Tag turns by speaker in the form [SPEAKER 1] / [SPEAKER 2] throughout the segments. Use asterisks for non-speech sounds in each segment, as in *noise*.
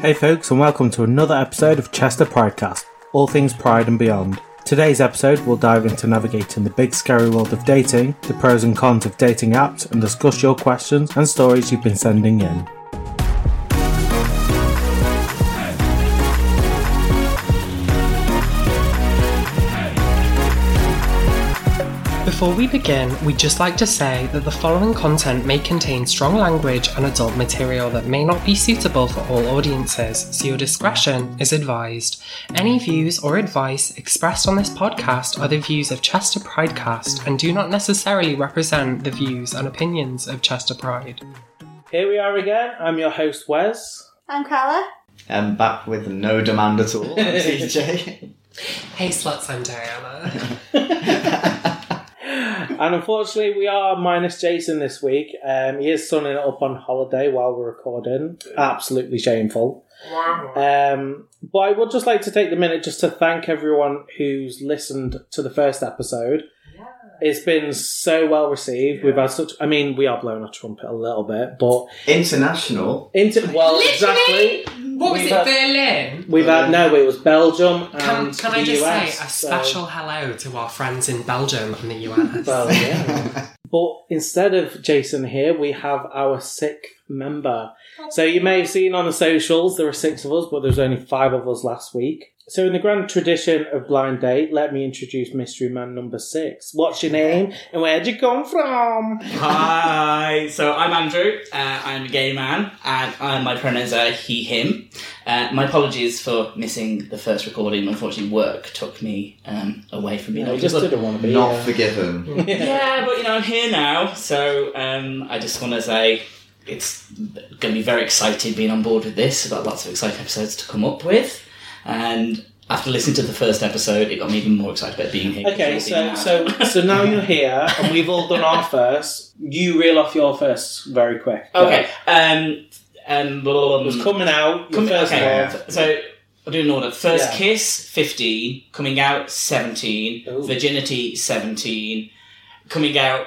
[SPEAKER 1] Hey, folks, and welcome to another episode of Chester Pridecast, all things pride and beyond. Today's episode, we'll dive into navigating the big scary world of dating, the pros and cons of dating apps, and discuss your questions and stories you've been sending in.
[SPEAKER 2] Before we begin, we'd just like to say that the following content may contain strong language and adult material that may not be suitable for all audiences, so your discretion is advised. Any views or advice expressed on this podcast are the views of Chester Pridecast and do not necessarily represent the views and opinions of Chester Pride.
[SPEAKER 1] Here we are again. I'm your host, Wes.
[SPEAKER 3] I'm Carla.
[SPEAKER 4] I'm Um, back with no demand at
[SPEAKER 1] *laughs*
[SPEAKER 4] all. I'm TJ.
[SPEAKER 2] Hey, sluts, I'm Diana.
[SPEAKER 1] And unfortunately, we are minus Jason this week. Um, he is sunning it up on holiday while we're recording. Absolutely shameful. Um, but I would just like to take the minute just to thank everyone who's listened to the first episode. It's been so well received. We've had such. I mean, we are blowing our trumpet a little bit, but
[SPEAKER 4] *laughs* International.
[SPEAKER 1] into well,
[SPEAKER 2] Literally?
[SPEAKER 1] exactly.
[SPEAKER 2] What was
[SPEAKER 1] We've
[SPEAKER 2] it,
[SPEAKER 1] had-
[SPEAKER 2] Berlin?
[SPEAKER 1] We've had no. It was Belgium and
[SPEAKER 2] Can, can
[SPEAKER 1] the
[SPEAKER 2] I just
[SPEAKER 1] US,
[SPEAKER 2] say a
[SPEAKER 1] so-
[SPEAKER 2] special hello to our friends in Belgium and the *laughs* US?
[SPEAKER 1] well, *laughs* yeah. but instead of Jason here, we have our sixth member. So you may have seen on the socials there were six of us, but there was only five of us last week. So in the grand tradition of blind date, let me introduce mystery man number six. What's your name and where'd you come from?
[SPEAKER 5] Hi, so I'm Andrew. Uh, I'm a gay man, and uh, my pronouns are he, him. Uh, my apologies for missing the first recording. Unfortunately, work took me um, away from being
[SPEAKER 1] No,
[SPEAKER 5] able
[SPEAKER 1] we
[SPEAKER 5] to
[SPEAKER 1] just
[SPEAKER 5] look-
[SPEAKER 1] didn't want to be.
[SPEAKER 4] Not
[SPEAKER 1] uh,
[SPEAKER 4] forgiven.
[SPEAKER 5] Yeah, but you know, I'm here now, so um, I just want to say it's going to be very excited being on board with this. I've got lots of exciting episodes to come up with, and after listening to the first episode, it got me even more excited about being here.
[SPEAKER 1] Okay,
[SPEAKER 5] Because I'll
[SPEAKER 1] so
[SPEAKER 5] be
[SPEAKER 1] so
[SPEAKER 5] mad.
[SPEAKER 1] so now you're here and we've all done our first. You reel off your first very quick.
[SPEAKER 5] okay, um, um, blah, blah, blah,
[SPEAKER 1] It was coming out, your
[SPEAKER 5] Coming-
[SPEAKER 1] first
[SPEAKER 5] okay,
[SPEAKER 1] one.
[SPEAKER 5] f- so I'll do an order. First
[SPEAKER 1] Yeah.
[SPEAKER 5] kiss, fifteen. Coming out, seventeen.
[SPEAKER 1] Ooh.
[SPEAKER 5] Virginity, seventeen. Coming out,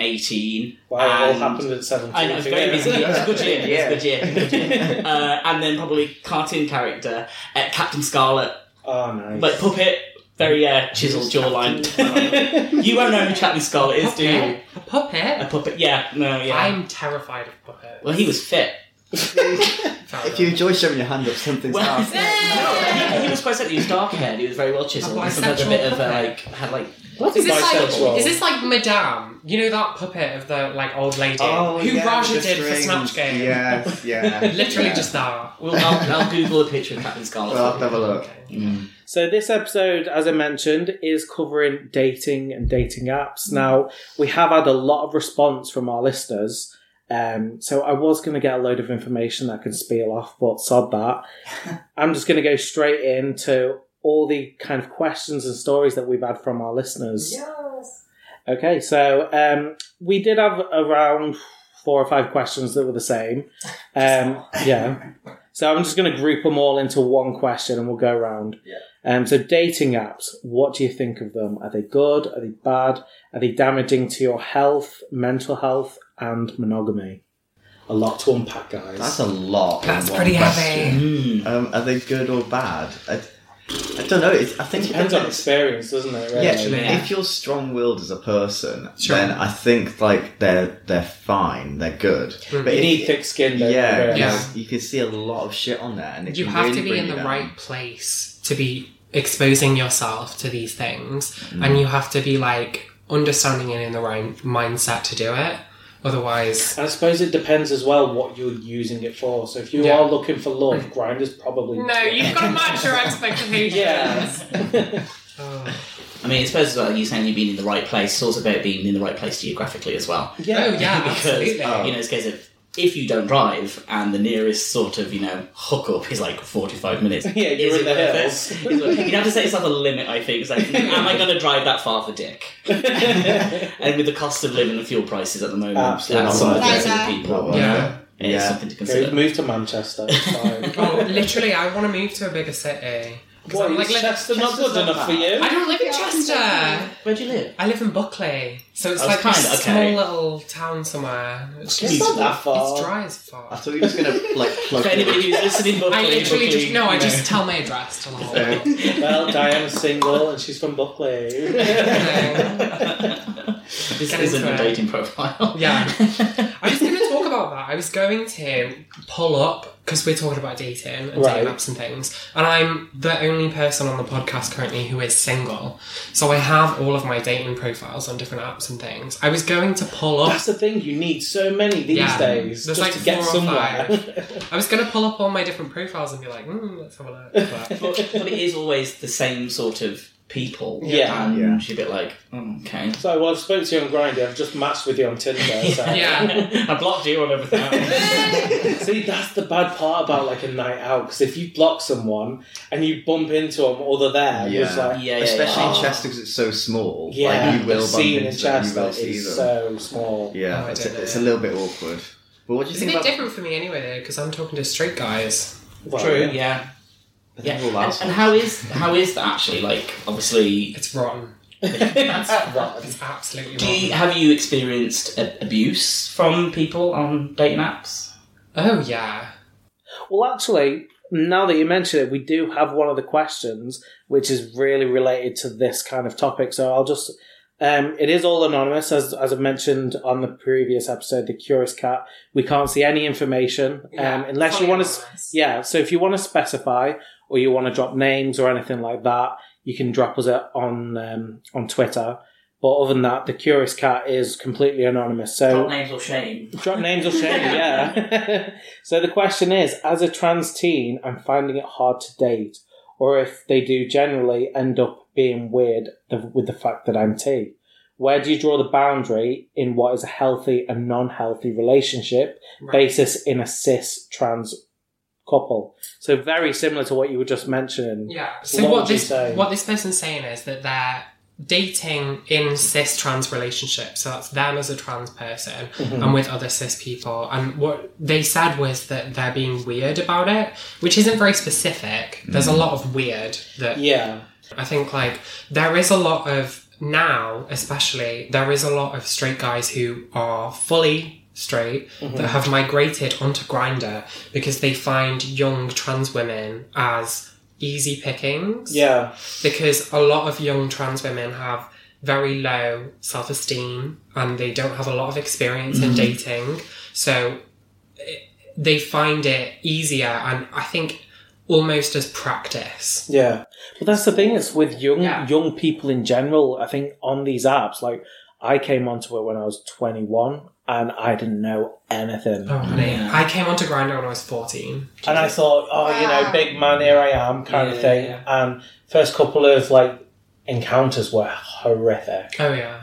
[SPEAKER 1] *laughs*
[SPEAKER 5] 18.
[SPEAKER 1] Wow, it all
[SPEAKER 5] And-
[SPEAKER 1] happened at 17.
[SPEAKER 5] I know, it's very busy. It's a good year.
[SPEAKER 4] Yeah.
[SPEAKER 5] It's a good year. Good year. uh, and then probably cartoon character, uh, Captain Scarlet,
[SPEAKER 1] Oh, nice.
[SPEAKER 5] like
[SPEAKER 1] *laughs*
[SPEAKER 5] puppet, very uh, chiseled jawline. *laughs* you won't know who Captain Scarlet is, do you?
[SPEAKER 2] A puppet?
[SPEAKER 5] A puppet, yeah, no, yeah.
[SPEAKER 2] I'm terrified of puppets.
[SPEAKER 5] Well, he was fit.
[SPEAKER 2] Fair
[SPEAKER 4] If you
[SPEAKER 2] enough.
[SPEAKER 4] enjoy showing your hand up, something's
[SPEAKER 5] Well, *laughs*
[SPEAKER 4] happened.
[SPEAKER 5] no, he, he was quite sexy. He was dark haired. He was very well chiseled.
[SPEAKER 2] A
[SPEAKER 5] He sometimes had a bit of uh,
[SPEAKER 2] bisexual
[SPEAKER 5] like had like
[SPEAKER 1] What is
[SPEAKER 2] Is this
[SPEAKER 1] bisexual?
[SPEAKER 2] like is this like Madame? You know that puppet of the like old lady who
[SPEAKER 4] Oh, yeah,
[SPEAKER 2] Raja
[SPEAKER 4] the
[SPEAKER 2] did for
[SPEAKER 4] strings.
[SPEAKER 2] Snatch Game?
[SPEAKER 4] Yes, yeah.
[SPEAKER 2] *laughs* Literally
[SPEAKER 4] yeah.
[SPEAKER 2] just that.
[SPEAKER 5] Well, I'll, I'll Google a picture of Captain Scarlet.
[SPEAKER 4] Well, I'll have a look.
[SPEAKER 2] Okay.
[SPEAKER 4] Mm.
[SPEAKER 1] So this episode, as I mentioned, is covering dating and dating apps. Now we have had a lot of response from our listeners. Um, so I was going to get a load of information that I can spiel off, but sod that. I'm just going to go straight into all the kind of questions and stories that we've had from our listeners. Okay, so um, we did have around four or five questions that were the same.
[SPEAKER 4] *laughs*
[SPEAKER 1] Um, yeah. So I'm just going to group them all into one question and we'll go around.
[SPEAKER 4] Yeah.
[SPEAKER 1] Um, so, dating apps, what do you think of them? Are they good? Are they bad? Are they damaging to your health, mental health, and monogamy? A lot to unpack, guys.
[SPEAKER 4] That's a lot. in
[SPEAKER 2] That's
[SPEAKER 4] one
[SPEAKER 2] pretty
[SPEAKER 4] question.
[SPEAKER 2] heavy.
[SPEAKER 4] Um, are they good or bad? I, I don't know. It's, I think
[SPEAKER 1] it depends
[SPEAKER 4] *laughs*
[SPEAKER 1] on experience, doesn't it? Really?
[SPEAKER 4] Yeah,
[SPEAKER 5] Yeah.
[SPEAKER 4] if you're strong-willed as a person,
[SPEAKER 2] Sure.
[SPEAKER 4] then I think like they're they're fine, they're good.
[SPEAKER 2] Mm.
[SPEAKER 4] But
[SPEAKER 1] You
[SPEAKER 4] if-
[SPEAKER 1] need thick skin, don't you,
[SPEAKER 4] yeah,
[SPEAKER 1] really?
[SPEAKER 2] Yeah.
[SPEAKER 4] You can see a lot of shit on there, and it
[SPEAKER 2] You
[SPEAKER 4] can
[SPEAKER 2] have
[SPEAKER 4] really
[SPEAKER 2] to be
[SPEAKER 4] bring
[SPEAKER 2] in
[SPEAKER 4] you
[SPEAKER 2] the
[SPEAKER 4] down.
[SPEAKER 2] right place to be exposing yourself to these things, and you have to be like understanding and in the right mindset to do it. Otherwise,
[SPEAKER 1] I suppose it depends as well what you're using it for. So if you
[SPEAKER 2] Yeah.
[SPEAKER 1] are looking for love, Grinder's probably
[SPEAKER 2] *laughs* no, you've got to match your *laughs* expectations.
[SPEAKER 1] Yeah.
[SPEAKER 2] Oh.
[SPEAKER 5] I mean, I suppose as well, you saying you've been in the right place. It's also about being in the right place geographically as well.
[SPEAKER 2] Oh
[SPEAKER 1] yeah.
[SPEAKER 2] yeah,
[SPEAKER 5] Because,
[SPEAKER 2] absolutely.
[SPEAKER 4] Oh.
[SPEAKER 5] You know, it's a case of if you don't drive and the nearest sort of you know hookup is like
[SPEAKER 2] *laughs*
[SPEAKER 5] forty-five minutes.
[SPEAKER 1] *laughs* Yeah, you're
[SPEAKER 5] is
[SPEAKER 1] in the
[SPEAKER 5] worth it?
[SPEAKER 1] hills.
[SPEAKER 5] Is it worth it? You'd have to set yourself a limit, I think. It's
[SPEAKER 2] *laughs*
[SPEAKER 5] like, mm, am I going to drive that far for dick? and with the cost of living and fuel prices at the moment,
[SPEAKER 1] Absolutely.
[SPEAKER 5] that's something
[SPEAKER 3] Like
[SPEAKER 5] for
[SPEAKER 3] that.
[SPEAKER 5] the people.
[SPEAKER 4] Well,
[SPEAKER 2] Yeah.
[SPEAKER 5] It's
[SPEAKER 4] Yeah.
[SPEAKER 5] something to
[SPEAKER 1] Okay,
[SPEAKER 5] consider.
[SPEAKER 2] *laughs*
[SPEAKER 1] move to Manchester. It's fine.
[SPEAKER 2] Oh, literally, I want to move to a bigger city
[SPEAKER 1] What,
[SPEAKER 2] I'm
[SPEAKER 1] is
[SPEAKER 2] like, like,
[SPEAKER 1] Chester not
[SPEAKER 5] Chester's
[SPEAKER 1] good
[SPEAKER 5] not
[SPEAKER 1] enough for
[SPEAKER 5] bad.
[SPEAKER 1] you?
[SPEAKER 2] I don't live in Chester.
[SPEAKER 5] Where do you live?
[SPEAKER 2] I live in Buckley, so it's
[SPEAKER 5] Oh,
[SPEAKER 2] like
[SPEAKER 5] it's
[SPEAKER 2] this
[SPEAKER 5] kinda-
[SPEAKER 2] small
[SPEAKER 5] okay.
[SPEAKER 2] little town somewhere. It's
[SPEAKER 1] It's not that far.
[SPEAKER 2] It's dry as
[SPEAKER 4] I
[SPEAKER 2] fuck.
[SPEAKER 4] thought you was gonna like plug.
[SPEAKER 5] For anybody
[SPEAKER 4] it.
[SPEAKER 5] who's listening, Buckley,
[SPEAKER 2] *laughs* I literally
[SPEAKER 5] Buckley,
[SPEAKER 2] just no. I
[SPEAKER 5] you
[SPEAKER 2] just
[SPEAKER 5] know.
[SPEAKER 2] tell my address to the whole
[SPEAKER 4] Fair.
[SPEAKER 2] world.
[SPEAKER 1] *laughs* well, Diana's single and she's from Buckley.
[SPEAKER 2] *laughs*
[SPEAKER 5] this
[SPEAKER 2] Get
[SPEAKER 5] isn't
[SPEAKER 2] into
[SPEAKER 5] a
[SPEAKER 2] it.
[SPEAKER 5] dating profile.
[SPEAKER 2] Yeah.
[SPEAKER 5] *laughs*
[SPEAKER 2] I was going to talk about that. I was going to pull up because we're talking about dating and
[SPEAKER 1] Right.
[SPEAKER 2] dating apps and things, and I'm the only person on the podcast currently who is single. So I have all of my dating profiles on different apps and things. I was going to pull up.
[SPEAKER 1] That's the thing, you need so many these
[SPEAKER 2] Yeah.
[SPEAKER 1] days
[SPEAKER 2] There's
[SPEAKER 1] just
[SPEAKER 2] like
[SPEAKER 1] to get
[SPEAKER 2] four or
[SPEAKER 1] somewhere.
[SPEAKER 2] I was going to pull up all my different profiles and be like, mm, let's have a look. But
[SPEAKER 5] but, but it is always the same sort of people.
[SPEAKER 1] Yeah.
[SPEAKER 5] and
[SPEAKER 4] Yeah.
[SPEAKER 5] she's a bit like, oh, okay.
[SPEAKER 1] *laughs* so well, I spoke to you on Grindr, I've just matched with you on Tinder. So.
[SPEAKER 2] *laughs*
[SPEAKER 5] *laughs*
[SPEAKER 2] Yeah.
[SPEAKER 5] I blocked you on *laughs* everything.
[SPEAKER 1] See, that's the bad part about like a night out, because if you block someone and you bump into them or they're there,
[SPEAKER 4] Yeah.
[SPEAKER 1] it's like,
[SPEAKER 5] yeah,
[SPEAKER 4] Especially
[SPEAKER 5] yeah,
[SPEAKER 4] in Chester because it's so small.
[SPEAKER 1] yeah,
[SPEAKER 4] like, you will
[SPEAKER 1] the
[SPEAKER 4] bump
[SPEAKER 1] scene
[SPEAKER 4] into
[SPEAKER 1] in
[SPEAKER 4] them, you
[SPEAKER 1] Chester
[SPEAKER 4] will
[SPEAKER 1] is
[SPEAKER 4] see them.
[SPEAKER 1] so small.
[SPEAKER 4] yeah,
[SPEAKER 2] Oh, I
[SPEAKER 4] it's,
[SPEAKER 2] don't know.
[SPEAKER 4] a, it's a little bit awkward. But what do you
[SPEAKER 2] it's a
[SPEAKER 4] think
[SPEAKER 2] bit
[SPEAKER 4] about?
[SPEAKER 2] different for me anyway, though, because I'm talking to straight guys.
[SPEAKER 1] Well,
[SPEAKER 5] True. Yeah.
[SPEAKER 4] I think
[SPEAKER 5] Yeah.
[SPEAKER 4] we'll
[SPEAKER 5] And,
[SPEAKER 4] last
[SPEAKER 5] and
[SPEAKER 4] one.
[SPEAKER 5] how is how is that actually? Like,
[SPEAKER 2] *laughs*
[SPEAKER 5] obviously,
[SPEAKER 2] It's rotten.
[SPEAKER 1] That's rotten.
[SPEAKER 2] It's absolutely
[SPEAKER 5] do you,
[SPEAKER 2] rotten.
[SPEAKER 5] have you experienced a, abuse from people on dating apps?
[SPEAKER 2] Oh, yeah.
[SPEAKER 1] Um, Well, actually, now that you mention it, we do have one of the questions which is really related to this kind of topic. So I'll just. Um, it is all anonymous, as as I mentioned on the previous episode, the Curious Cat. We can't see any information
[SPEAKER 2] Yeah,
[SPEAKER 1] um, unless you
[SPEAKER 2] fully
[SPEAKER 1] want to.
[SPEAKER 2] anonymous.
[SPEAKER 1] Yeah, so if you want to specify or you want to drop names or anything like that, you can drop us at, on um, on Twitter. But other than that, the Curious Cat is completely anonymous. So
[SPEAKER 5] Drop names or shame?
[SPEAKER 1] Drop names or shame, yeah. *laughs* so the question is as a trans teen, I'm finding it hard to date, or if they do generally end up being weird th- with the fact that I'm T. Where do you draw the boundary in what is a healthy and non healthy relationship
[SPEAKER 2] Right.
[SPEAKER 1] basis in a cis trans couple? So, very similar to what you were just mentioning.
[SPEAKER 2] Yeah.
[SPEAKER 1] So
[SPEAKER 2] So
[SPEAKER 1] what
[SPEAKER 2] what,
[SPEAKER 1] would you
[SPEAKER 2] this
[SPEAKER 1] say?
[SPEAKER 2] what this person's saying is that they're dating in cis trans relationships. So that's them as a trans person
[SPEAKER 1] Mhm.
[SPEAKER 2] and with other cis people. And what they said was that they're being weird about it, which isn't very specific. There's a
[SPEAKER 1] Hmm.
[SPEAKER 2] lot of weird
[SPEAKER 1] *laughs*
[SPEAKER 2] that
[SPEAKER 1] Yeah.
[SPEAKER 2] I think like there is a lot of now, especially there is a lot of straight guys who are fully straight that have migrated onto Grinder because they find young trans women as easy pickings.
[SPEAKER 1] Yeah.
[SPEAKER 2] Because a lot of young trans women have very low self esteem and they don't have a lot of experience in dating. So it, they find it easier and I think almost as practice.
[SPEAKER 1] Yeah, but that's the thing. It's with young
[SPEAKER 2] Yeah.
[SPEAKER 1] young people in general. I think on these apps, like I came onto it when I was twenty one, and I didn't know anything.
[SPEAKER 2] Oh, honey.
[SPEAKER 5] Yeah.
[SPEAKER 2] I came onto Grindr when I was 14.
[SPEAKER 1] And I thought, oh, you know,
[SPEAKER 3] Wow.
[SPEAKER 1] big man, here I am, kind of
[SPEAKER 5] Yeah.
[SPEAKER 1] thing. And first couple of like encounters were horrific.
[SPEAKER 2] Oh, yeah.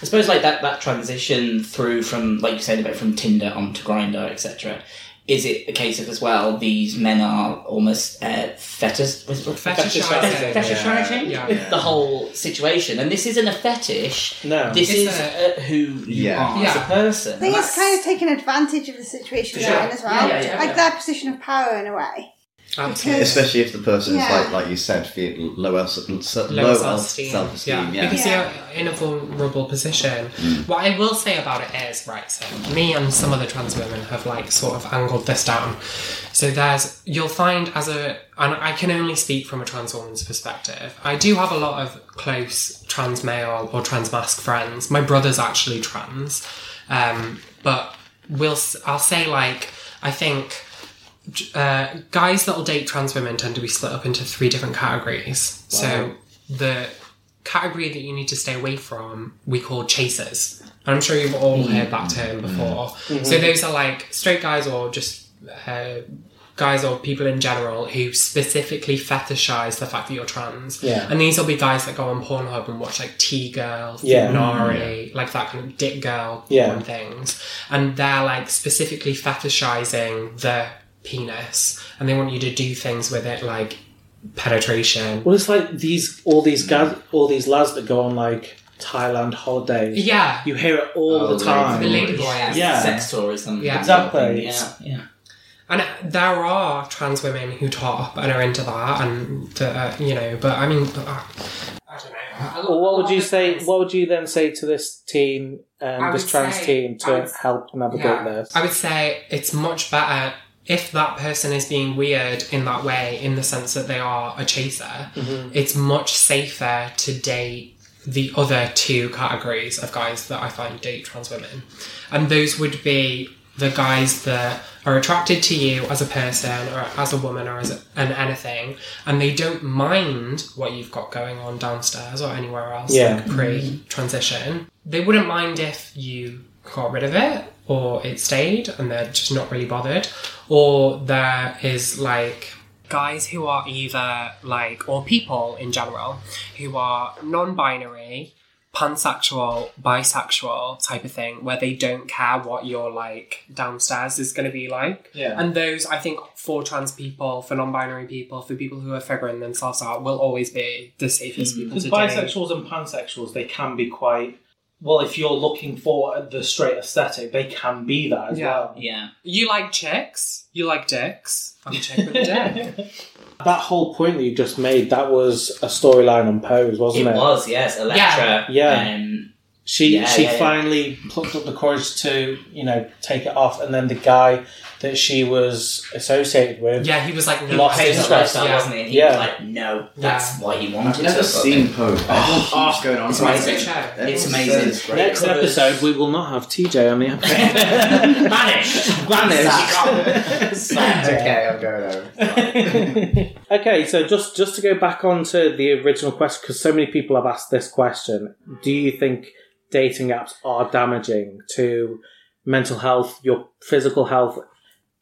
[SPEAKER 5] I suppose like that that transition through from like you said about from Tinder onto Grinder etc. Is it a case of as well these men are almost uh, fetis- was it-
[SPEAKER 2] Fetishizing.
[SPEAKER 5] fetishizing
[SPEAKER 2] Yeah.
[SPEAKER 4] Yeah.
[SPEAKER 5] *laughs* the whole situation, and this isn't a fetish.
[SPEAKER 1] No,
[SPEAKER 5] This
[SPEAKER 2] It's
[SPEAKER 5] is
[SPEAKER 2] a-
[SPEAKER 5] uh, who you
[SPEAKER 4] Yeah.
[SPEAKER 5] are as a
[SPEAKER 2] Yeah.
[SPEAKER 5] person.
[SPEAKER 3] I think
[SPEAKER 5] And
[SPEAKER 3] it's
[SPEAKER 5] that's-
[SPEAKER 3] kind of taking advantage of the situation
[SPEAKER 5] For
[SPEAKER 3] they're
[SPEAKER 2] sure.
[SPEAKER 3] in as well.
[SPEAKER 5] Yeah, yeah, yeah,
[SPEAKER 3] like
[SPEAKER 5] yeah.
[SPEAKER 3] their position of power in a way.
[SPEAKER 2] Absolutely.
[SPEAKER 4] Especially if the person's
[SPEAKER 3] Yeah.
[SPEAKER 4] like, like you said, feel low, el- low,
[SPEAKER 2] Low
[SPEAKER 4] self-esteem.
[SPEAKER 2] Yeah.
[SPEAKER 4] self-esteem. Yeah. Mm.
[SPEAKER 2] Because
[SPEAKER 3] Yeah.
[SPEAKER 2] you're in a vulnerable position. What I will say about it is, right, so me and some other trans women have like sort of angled this down. So there's, you'll find as a, and I can only speak from a trans woman's perspective. I do have a lot of close trans male or trans mask friends. My brother's actually trans. Um, but we'll, s- I'll say like, I think uh, guys that will date trans women tend to be split up into three different categories. So the category that you need to stay away from, we call chasers. And I'm sure you've all heard that term before. So those are like straight guys or just uh, guys or people in general who specifically fetishize the fact that you're trans.
[SPEAKER 1] Yeah.
[SPEAKER 2] And these will be guys that go on Pornhub and watch like T Girl,
[SPEAKER 1] Yeah.
[SPEAKER 2] Nari,
[SPEAKER 1] Mm-hmm.
[SPEAKER 2] like that kind of dick girl
[SPEAKER 1] Yeah.
[SPEAKER 2] porn things. And they're like specifically fetishizing the penis and they want you to do things with it like penetration.
[SPEAKER 1] well, it's like these all these guys, all these lads that go on like Thailand holidays.
[SPEAKER 2] Yeah.
[SPEAKER 1] You hear it all
[SPEAKER 4] Oh,
[SPEAKER 1] the
[SPEAKER 4] right.
[SPEAKER 1] time.
[SPEAKER 2] The ladyboy
[SPEAKER 5] Ladyboy
[SPEAKER 2] ass.
[SPEAKER 5] ass,
[SPEAKER 1] Yeah.
[SPEAKER 5] sex tourism.
[SPEAKER 2] Yeah.
[SPEAKER 1] Exactly.
[SPEAKER 5] Yeah, yeah.
[SPEAKER 2] And there are trans women who top and are into that, and uh, you know. But I mean, uh, I don't know. A lot-
[SPEAKER 1] Well, what
[SPEAKER 2] a lot
[SPEAKER 1] would you
[SPEAKER 2] of
[SPEAKER 1] say?
[SPEAKER 2] trans-
[SPEAKER 1] What would you then say to this team,
[SPEAKER 2] Oh, I
[SPEAKER 1] um, this
[SPEAKER 2] would
[SPEAKER 1] trans
[SPEAKER 2] say-
[SPEAKER 1] team,
[SPEAKER 2] I
[SPEAKER 1] to
[SPEAKER 2] would-
[SPEAKER 1] help navigate
[SPEAKER 2] Yeah.
[SPEAKER 1] this?
[SPEAKER 2] I would say it's much better if that person is being weird in that way, in the sense that they are a chaser. It's much safer to date the other two categories of guys that I find date trans women, and those would be the guys that are attracted to you as a person or as a woman or as an anything and they don't mind what you've got going on downstairs or anywhere else
[SPEAKER 1] Yeah.
[SPEAKER 2] like pre-transition they wouldn't mind if you got rid of it or it stayed and they're just not really bothered or there is like guys who are either like or people in general who are non-binary pansexual, bisexual type of thing, where they don't care what your like downstairs is going to be like.
[SPEAKER 4] Yeah.
[SPEAKER 2] And those, I think, for trans people, for non-binary people, for people who are figuring themselves out, will always be the safest people
[SPEAKER 6] Because
[SPEAKER 2] to date.
[SPEAKER 6] bisexuals and pansexuals, they can be quite. Well, if you're looking for the straight aesthetic, they can be that as
[SPEAKER 2] Yeah.
[SPEAKER 6] well.
[SPEAKER 5] Yeah.
[SPEAKER 2] You like chicks. You like dicks. I'm a chick with a dick.
[SPEAKER 1] *laughs*
[SPEAKER 6] *laughs*
[SPEAKER 1] That whole point that you just made—that was a storyline on Pose,
[SPEAKER 5] It
[SPEAKER 1] wasn't it?
[SPEAKER 5] was, yes, Electra.
[SPEAKER 1] Yeah.
[SPEAKER 5] Um,
[SPEAKER 1] She
[SPEAKER 5] Yeah,
[SPEAKER 1] she
[SPEAKER 5] yeah, yeah.
[SPEAKER 1] finally plucked up the courage to you know take it off, and then the guy that she was associated with.
[SPEAKER 2] Yeah, he was like no
[SPEAKER 1] Lost
[SPEAKER 5] Pose
[SPEAKER 2] thanks.
[SPEAKER 5] that
[SPEAKER 1] interest,
[SPEAKER 5] lifestyle,
[SPEAKER 2] yeah.
[SPEAKER 5] wasn't it? And he
[SPEAKER 1] Yeah.
[SPEAKER 5] was like, no, that's what he wanted.
[SPEAKER 4] I've never
[SPEAKER 5] to,
[SPEAKER 4] seen Pope. Oh,
[SPEAKER 6] Oh,
[SPEAKER 4] keeps going on.
[SPEAKER 5] it's
[SPEAKER 4] about *laughs*
[SPEAKER 5] amazing.
[SPEAKER 4] it. Everyone
[SPEAKER 5] It's
[SPEAKER 4] says
[SPEAKER 5] amazing.
[SPEAKER 4] it's great.
[SPEAKER 1] Next
[SPEAKER 5] Covers-
[SPEAKER 1] episode, we will not have TJ on the episode.
[SPEAKER 5] Vanished.
[SPEAKER 4] *laughs*
[SPEAKER 1] *laughs*
[SPEAKER 5] Vanished.
[SPEAKER 4] okay, I'll go
[SPEAKER 5] *laughs*
[SPEAKER 1] okay, so just just to go back on to the original question, because so many people have asked this question: Do you think dating apps are damaging to mental health, your physical health?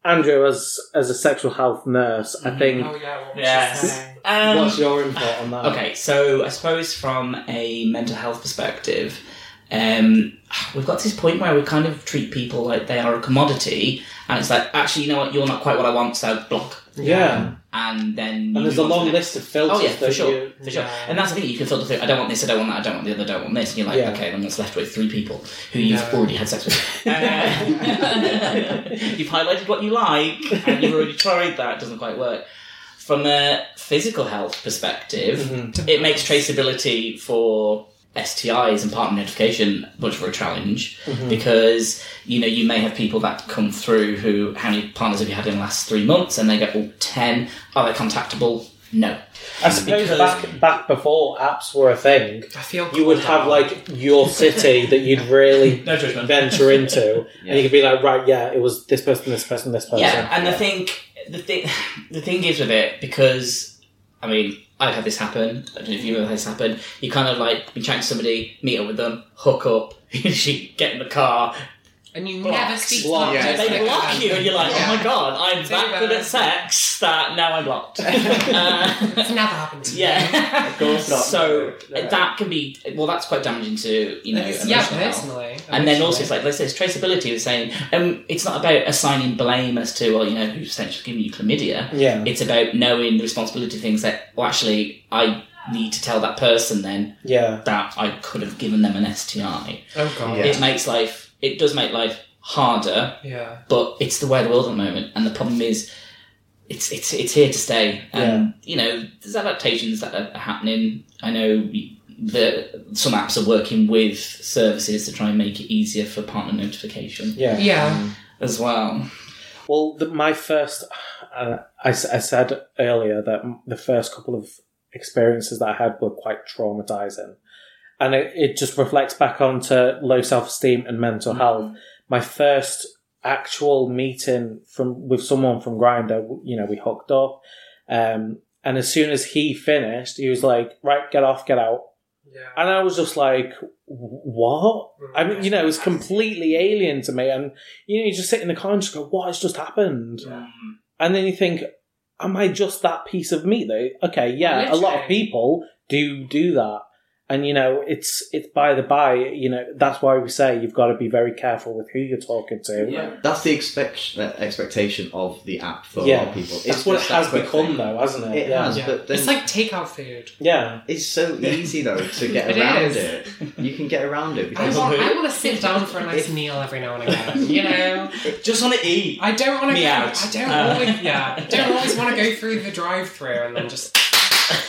[SPEAKER 1] Andrew, as as a sexual health nurse, I think.
[SPEAKER 2] Oh yeah. What was
[SPEAKER 5] Yes.
[SPEAKER 2] she saying?
[SPEAKER 5] Mm. Um,
[SPEAKER 1] What's your input on that?
[SPEAKER 5] Okay, so I suppose from a mental health perspective, um, we've got to this point where we kind of treat people like they are a commodity, and it's like, actually, you know what, you're not quite what I want, so block.
[SPEAKER 1] Yeah,
[SPEAKER 5] And then.
[SPEAKER 1] and there's a long list of filters.
[SPEAKER 5] Oh, yeah,
[SPEAKER 1] that
[SPEAKER 5] for sure.
[SPEAKER 1] you-
[SPEAKER 5] For sure.
[SPEAKER 2] Yeah.
[SPEAKER 5] And that's the thing, you can filter through, I don't want this, I don't want that, I don't want the other, I don't want this. And you're like,
[SPEAKER 1] Yeah.
[SPEAKER 5] okay, then what's left with three people who you've
[SPEAKER 2] No.
[SPEAKER 5] already had sex with. Uh, *laughs* you've highlighted what you like, and you've already tried that, it doesn't quite work. From a physical health perspective,
[SPEAKER 1] Mm-hmm.
[SPEAKER 5] it makes traceability for STIs and partner notification much of a challenge because you know you may have people that come through who how many partners have you had in the last three months and they go oh 10 are they contactable no
[SPEAKER 1] I suppose
[SPEAKER 5] Because-
[SPEAKER 1] back back before apps were a thing,
[SPEAKER 2] I feel
[SPEAKER 1] you would have like your
[SPEAKER 5] *laughs*
[SPEAKER 1] city that you'd really
[SPEAKER 5] no judgment
[SPEAKER 1] venture into, and you could be like, right, yeah, it was this person, this person, this person.
[SPEAKER 5] *laughs* Yeah, and I think the thing the thing is with it because I mean I've had this happen. I don't know if you've ever had this happen. You kind of like be chatting to somebody, meet up with them, hook up, *laughs* she get in the car,
[SPEAKER 2] and you
[SPEAKER 5] Blocked.
[SPEAKER 2] never speak
[SPEAKER 1] Blocked.
[SPEAKER 2] to
[SPEAKER 4] Yeah.
[SPEAKER 2] that person
[SPEAKER 5] they block
[SPEAKER 2] again.
[SPEAKER 5] you, and you're like,
[SPEAKER 2] Yeah.
[SPEAKER 5] oh my god, I'm that good at sex that now I'm blocked. Uh, *laughs*
[SPEAKER 2] It's never happened to me.
[SPEAKER 5] yeah.
[SPEAKER 4] Of course not.
[SPEAKER 5] So that can be well. That's quite damaging to you know.
[SPEAKER 2] It's-
[SPEAKER 5] Emotional
[SPEAKER 2] yeah,
[SPEAKER 5] health.
[SPEAKER 2] personally.
[SPEAKER 5] And then also,
[SPEAKER 2] Emotionally.
[SPEAKER 5] it's like, let's say it's traceability is saying, um, it's not about assigning blame as to, well, you know, who's essentially giving you chlamydia.
[SPEAKER 1] Yeah.
[SPEAKER 5] It's about knowing the responsibility of things that, well, actually, I need to tell that person then
[SPEAKER 1] yeah,
[SPEAKER 5] that I could have given them an STI.
[SPEAKER 2] Oh god.
[SPEAKER 4] Yeah.
[SPEAKER 5] It makes life, it does make life harder,
[SPEAKER 2] yeah.
[SPEAKER 5] but it's the way of the world at the moment. And the problem is, it's, it's, it's here to stay. And, you know, there's adaptations that are happening. I know the, some apps are working with services to try and make it easier for partner notification
[SPEAKER 1] yeah,
[SPEAKER 2] Yeah.
[SPEAKER 5] as well.
[SPEAKER 1] Well, the, my first, uh, I, s- I said earlier that m- the first couple of experiences that I had were quite traumatizing. And it, it just reflects back onto low self esteem and mental health. My first actual meeting from with someone from Grinder, you know, we hooked up. Um, and as soon as he finished, he was like, right, get off, get out.
[SPEAKER 2] Yeah.
[SPEAKER 1] And I was just like, what? I mean, you know, it was completely alien to me. And, you know, you just sit in the car and just go, what has just happened?
[SPEAKER 5] Um,
[SPEAKER 1] And then you think, am I just that piece of meat though? Okay, yeah, a lot of
[SPEAKER 2] Literally.
[SPEAKER 1] people do do that. And you know, it's it's by the by. You know, that's why we say you've got to be very careful with who you're talking to.
[SPEAKER 5] Yeah.
[SPEAKER 4] That's the expect- uh, expectation of the app for a lot
[SPEAKER 1] Yeah.
[SPEAKER 4] of people. It's
[SPEAKER 1] That's what it
[SPEAKER 4] just that
[SPEAKER 1] has
[SPEAKER 4] quick
[SPEAKER 1] become,
[SPEAKER 4] thing.
[SPEAKER 1] though, hasn't it?
[SPEAKER 4] It
[SPEAKER 1] yeah.
[SPEAKER 4] has, but then
[SPEAKER 2] It's like takeout food.
[SPEAKER 1] yeah. *laughs*
[SPEAKER 4] it's so easy though to get
[SPEAKER 2] It
[SPEAKER 4] around
[SPEAKER 2] is.
[SPEAKER 4] it. You can get around it
[SPEAKER 2] I
[SPEAKER 4] because
[SPEAKER 2] want, I want to sit down for a nice meal every now and again. You know,
[SPEAKER 5] Just want to eat.
[SPEAKER 2] I don't want to.
[SPEAKER 5] Me
[SPEAKER 2] Go,
[SPEAKER 5] out.
[SPEAKER 2] I don't
[SPEAKER 5] Uh.
[SPEAKER 2] always. Yeah, I don't always want to go through the drive-through and then just.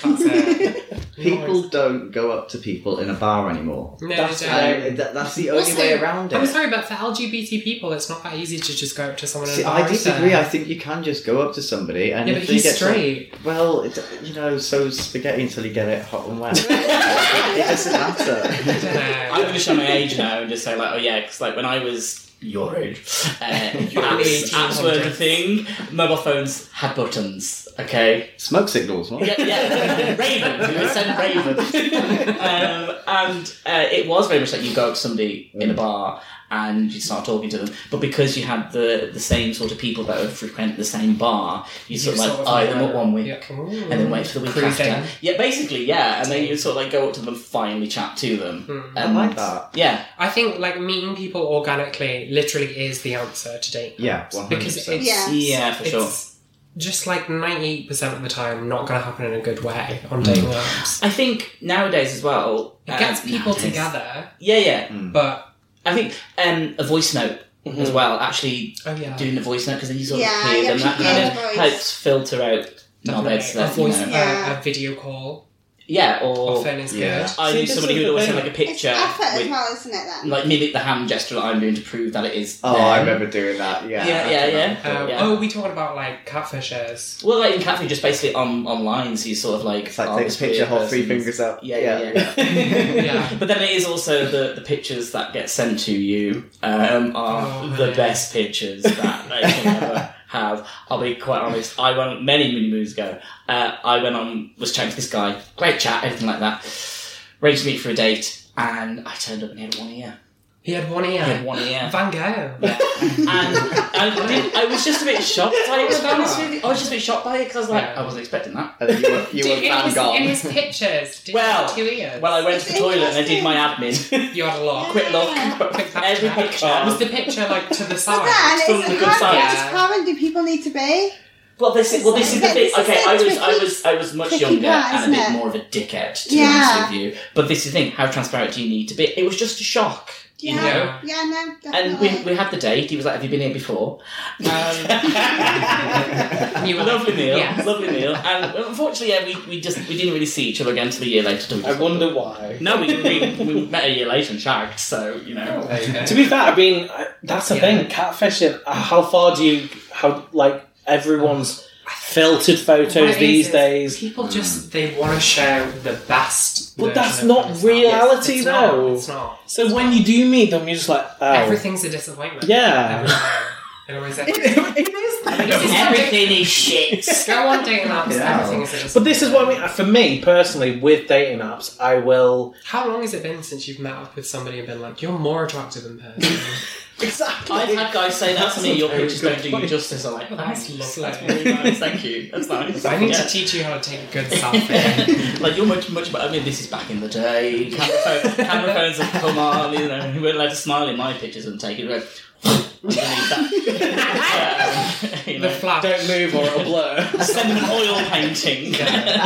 [SPEAKER 2] That's it. You
[SPEAKER 4] *laughs* people
[SPEAKER 2] always-
[SPEAKER 4] don't go up to people in a bar anymore.
[SPEAKER 2] No,
[SPEAKER 1] that's-
[SPEAKER 2] they don't.
[SPEAKER 4] I, that, that's the only
[SPEAKER 2] Also,
[SPEAKER 4] way around
[SPEAKER 2] I'm
[SPEAKER 4] it.
[SPEAKER 2] sorry, but for LGBT people, it's not that easy to just go up to someone.
[SPEAKER 4] See,
[SPEAKER 2] and
[SPEAKER 4] I
[SPEAKER 2] barge
[SPEAKER 4] disagree.
[SPEAKER 2] them.
[SPEAKER 4] I think you can just go up to somebody and
[SPEAKER 2] yeah,
[SPEAKER 4] if
[SPEAKER 2] but
[SPEAKER 4] they
[SPEAKER 2] he's
[SPEAKER 4] get some-
[SPEAKER 2] straight.
[SPEAKER 4] well, it's, you know, so is spaghetti until you get it hot
[SPEAKER 2] *laughs*
[SPEAKER 4] and wet. it doesn't
[SPEAKER 2] I don't
[SPEAKER 4] matter.
[SPEAKER 5] *laughs* I'm
[SPEAKER 2] know.
[SPEAKER 5] going to show my age now and just say like, oh yeah, because like when I was your age, uh, *laughs* apps, apps were the thing. Mobile phones had buttons. Okay.
[SPEAKER 4] Smoke signals. What?
[SPEAKER 5] Yeah, *laughs* yeah. Raven. We would send Raven. um, and uh, it was very much like you go up to somebody in
[SPEAKER 2] Mm.
[SPEAKER 5] a bar and you start talking to them, but because you had the the same sort of people that would frequent the same bar, you sort of like eye them up one week.
[SPEAKER 2] Yeah.
[SPEAKER 5] And then wait for the week
[SPEAKER 2] Cruising.
[SPEAKER 5] after. Yeah, basically, yeah. And then you sort of like go up to them, finally chat to them.
[SPEAKER 2] Mm.
[SPEAKER 4] I
[SPEAKER 5] And-
[SPEAKER 4] like that.
[SPEAKER 5] Yeah,
[SPEAKER 2] I think like meeting people organically literally is the answer to dating.
[SPEAKER 4] Yeah,
[SPEAKER 2] apps.
[SPEAKER 4] 100%.
[SPEAKER 2] because it's
[SPEAKER 3] Yeah.
[SPEAKER 5] yeah, for sure.
[SPEAKER 2] it's just like ninety eight percent of the time not going to happen in a good way on dating apps.
[SPEAKER 5] I think nowadays as well,
[SPEAKER 2] It
[SPEAKER 5] Mm. uh,
[SPEAKER 2] gets people
[SPEAKER 5] nowadays-
[SPEAKER 2] together,
[SPEAKER 5] Yeah, yeah.
[SPEAKER 2] but
[SPEAKER 5] I think um, a voice note as
[SPEAKER 2] Hmm.
[SPEAKER 1] Mm-hmm.
[SPEAKER 4] *laughs*
[SPEAKER 5] well. Actually,
[SPEAKER 2] oh yeah,
[SPEAKER 5] doing the voice note because then you sort
[SPEAKER 3] Yeah,
[SPEAKER 5] of hear
[SPEAKER 3] you
[SPEAKER 5] them. That
[SPEAKER 3] actually
[SPEAKER 5] kind
[SPEAKER 3] hear
[SPEAKER 5] of
[SPEAKER 3] the voice.
[SPEAKER 5] helps filter out
[SPEAKER 2] definitely.
[SPEAKER 5] knobheads
[SPEAKER 2] a
[SPEAKER 5] that you
[SPEAKER 2] voice,
[SPEAKER 5] know.
[SPEAKER 3] Yeah.
[SPEAKER 2] a, a video call,
[SPEAKER 5] Yeah, or
[SPEAKER 2] often is
[SPEAKER 4] Yeah.
[SPEAKER 2] good.
[SPEAKER 5] I
[SPEAKER 1] See,
[SPEAKER 5] knew
[SPEAKER 1] this is
[SPEAKER 5] somebody who
[SPEAKER 1] the
[SPEAKER 5] would always
[SPEAKER 1] thing.
[SPEAKER 5] have like a picture
[SPEAKER 3] It's effort as
[SPEAKER 5] with
[SPEAKER 3] well, isn't it then?
[SPEAKER 5] like mimic the hand gesture that I'm doing to prove that it is.
[SPEAKER 4] Oh,
[SPEAKER 5] them.
[SPEAKER 4] I remember doing that. Yeah.
[SPEAKER 5] Yeah, yeah, yeah.
[SPEAKER 2] Um,
[SPEAKER 5] Yeah.
[SPEAKER 2] Oh, we talked about like catfishes.
[SPEAKER 5] Well, like in Catherine, just basically on online, so you sort of like
[SPEAKER 4] It's like
[SPEAKER 5] oh,
[SPEAKER 4] take
[SPEAKER 5] this
[SPEAKER 4] a picture,
[SPEAKER 5] weird
[SPEAKER 4] hold three
[SPEAKER 5] person's-
[SPEAKER 4] fingers up.
[SPEAKER 5] Yeah, yeah,
[SPEAKER 2] Yeah.
[SPEAKER 5] But then it is also the, the pictures that get sent to you um, are
[SPEAKER 2] Oh,
[SPEAKER 5] the
[SPEAKER 2] yeah.
[SPEAKER 5] best pictures that they can ever have. I'll be quite honest. I went many many moons ago. Uh, I went on was chatting to this guy. Great chat, everything like that. Arranged to meet for a date, and I turned up and he had one ear.
[SPEAKER 2] He had one
[SPEAKER 5] He had
[SPEAKER 2] ear.
[SPEAKER 5] one ear.
[SPEAKER 2] Van Gogh.
[SPEAKER 5] Yeah. and I, did, I was just
[SPEAKER 3] *laughs*
[SPEAKER 5] a bit shocked by it. To be honest with you, I was just a bit shocked by it because I was like,
[SPEAKER 2] Yeah.
[SPEAKER 5] I wasn't expecting that.
[SPEAKER 4] And you were,
[SPEAKER 2] *laughs*
[SPEAKER 4] you were
[SPEAKER 2] Dude, it
[SPEAKER 4] Van
[SPEAKER 2] was
[SPEAKER 4] Gogh.
[SPEAKER 2] in his pictures. Did you
[SPEAKER 5] Well,
[SPEAKER 2] have two ears?
[SPEAKER 5] Well, I went to the
[SPEAKER 3] It's
[SPEAKER 5] toilet and I did my
[SPEAKER 2] I,
[SPEAKER 5] admin. *laughs*
[SPEAKER 2] you had a lot.
[SPEAKER 5] Quick look.
[SPEAKER 2] Quick Snapchat.
[SPEAKER 5] Every
[SPEAKER 2] Was
[SPEAKER 5] picture.
[SPEAKER 2] the picture like to the
[SPEAKER 3] But
[SPEAKER 2] side?
[SPEAKER 3] then,
[SPEAKER 5] from
[SPEAKER 3] it's
[SPEAKER 5] the
[SPEAKER 3] like,
[SPEAKER 5] good
[SPEAKER 3] how
[SPEAKER 5] side.
[SPEAKER 3] just common do people need to be?
[SPEAKER 5] Well, this is well, this is the
[SPEAKER 3] This
[SPEAKER 5] thing.
[SPEAKER 3] is
[SPEAKER 5] Okay,
[SPEAKER 3] a
[SPEAKER 5] I was, I
[SPEAKER 3] tricky-
[SPEAKER 5] was, I was much
[SPEAKER 3] tricky
[SPEAKER 5] younger
[SPEAKER 3] part,
[SPEAKER 5] and a
[SPEAKER 3] isn't
[SPEAKER 5] bit
[SPEAKER 3] it?
[SPEAKER 5] more of a dickhead. To be
[SPEAKER 3] Yeah.
[SPEAKER 5] honest with you, but this is the thing. How transparent do you need to be? It was just a shock, you
[SPEAKER 3] Yeah.
[SPEAKER 5] know.
[SPEAKER 2] Yeah.
[SPEAKER 3] Yeah, no,
[SPEAKER 5] And
[SPEAKER 3] definitely.
[SPEAKER 5] we, we had the date. He was like, "Have you been here before?" *laughs*
[SPEAKER 2] And *laughs* you were like,
[SPEAKER 5] Um. lovely meal,
[SPEAKER 2] Yes.
[SPEAKER 5] lovely meal. And unfortunately, yeah, we, we just we didn't really see each other again until a year later.
[SPEAKER 1] *laughs* I wonder why.
[SPEAKER 5] No, we, we, we met a year later and shagged. So you know,
[SPEAKER 2] There you go.
[SPEAKER 1] To be fair, I mean I- that's the
[SPEAKER 2] Yeah.
[SPEAKER 1] thing. Catfishing. uh, How far do you? How like everyone's filtered
[SPEAKER 2] What it
[SPEAKER 1] photos
[SPEAKER 2] is
[SPEAKER 1] these
[SPEAKER 2] is
[SPEAKER 1] days?
[SPEAKER 2] People just they want to show the best.
[SPEAKER 1] But
[SPEAKER 2] version
[SPEAKER 1] that's
[SPEAKER 2] of
[SPEAKER 1] not
[SPEAKER 2] themselves.
[SPEAKER 1] reality,
[SPEAKER 2] It's not,
[SPEAKER 1] though.
[SPEAKER 2] it's not.
[SPEAKER 1] So when you do meet them, you're just like, oh,
[SPEAKER 2] Everything's a disappointment.
[SPEAKER 1] Yeah.
[SPEAKER 2] Every time. It always is.
[SPEAKER 1] *laughs* it is.
[SPEAKER 2] I mean, this
[SPEAKER 5] *laughs*
[SPEAKER 2] is
[SPEAKER 5] everything is shit.
[SPEAKER 2] Go on dating apps.
[SPEAKER 4] Yeah.
[SPEAKER 2] Everything is a disappointment.
[SPEAKER 1] But this is what I mean. uh, For me personally, with dating apps, I will
[SPEAKER 2] How long has it been since you've met up with somebody and been like, "You're more attractive in person"?
[SPEAKER 1] *laughs* exactly.
[SPEAKER 5] I've had guys say that to me. Your pictures don't do you justice. I'm like,
[SPEAKER 2] Well, that's
[SPEAKER 5] thanks.
[SPEAKER 2] lovely.
[SPEAKER 5] That's really *laughs* nice. Thank you. That's nice.
[SPEAKER 2] I need
[SPEAKER 5] Yeah.
[SPEAKER 2] to teach you how to take a good
[SPEAKER 1] *laughs*
[SPEAKER 2] selfie.
[SPEAKER 5] *laughs* like you're much much better. I mean, this is back in the day. Camera, phone, camera phones have come on. You know, you weren't allowed to smile in my pictures and take it. Like, *laughs* underneath that. you
[SPEAKER 2] the
[SPEAKER 5] know,
[SPEAKER 2] flash.
[SPEAKER 1] *laughs* Don't move or it'll blur.
[SPEAKER 5] *laughs*
[SPEAKER 4] *laughs*
[SPEAKER 5] send them an oil
[SPEAKER 2] *laughs*
[SPEAKER 5] painting.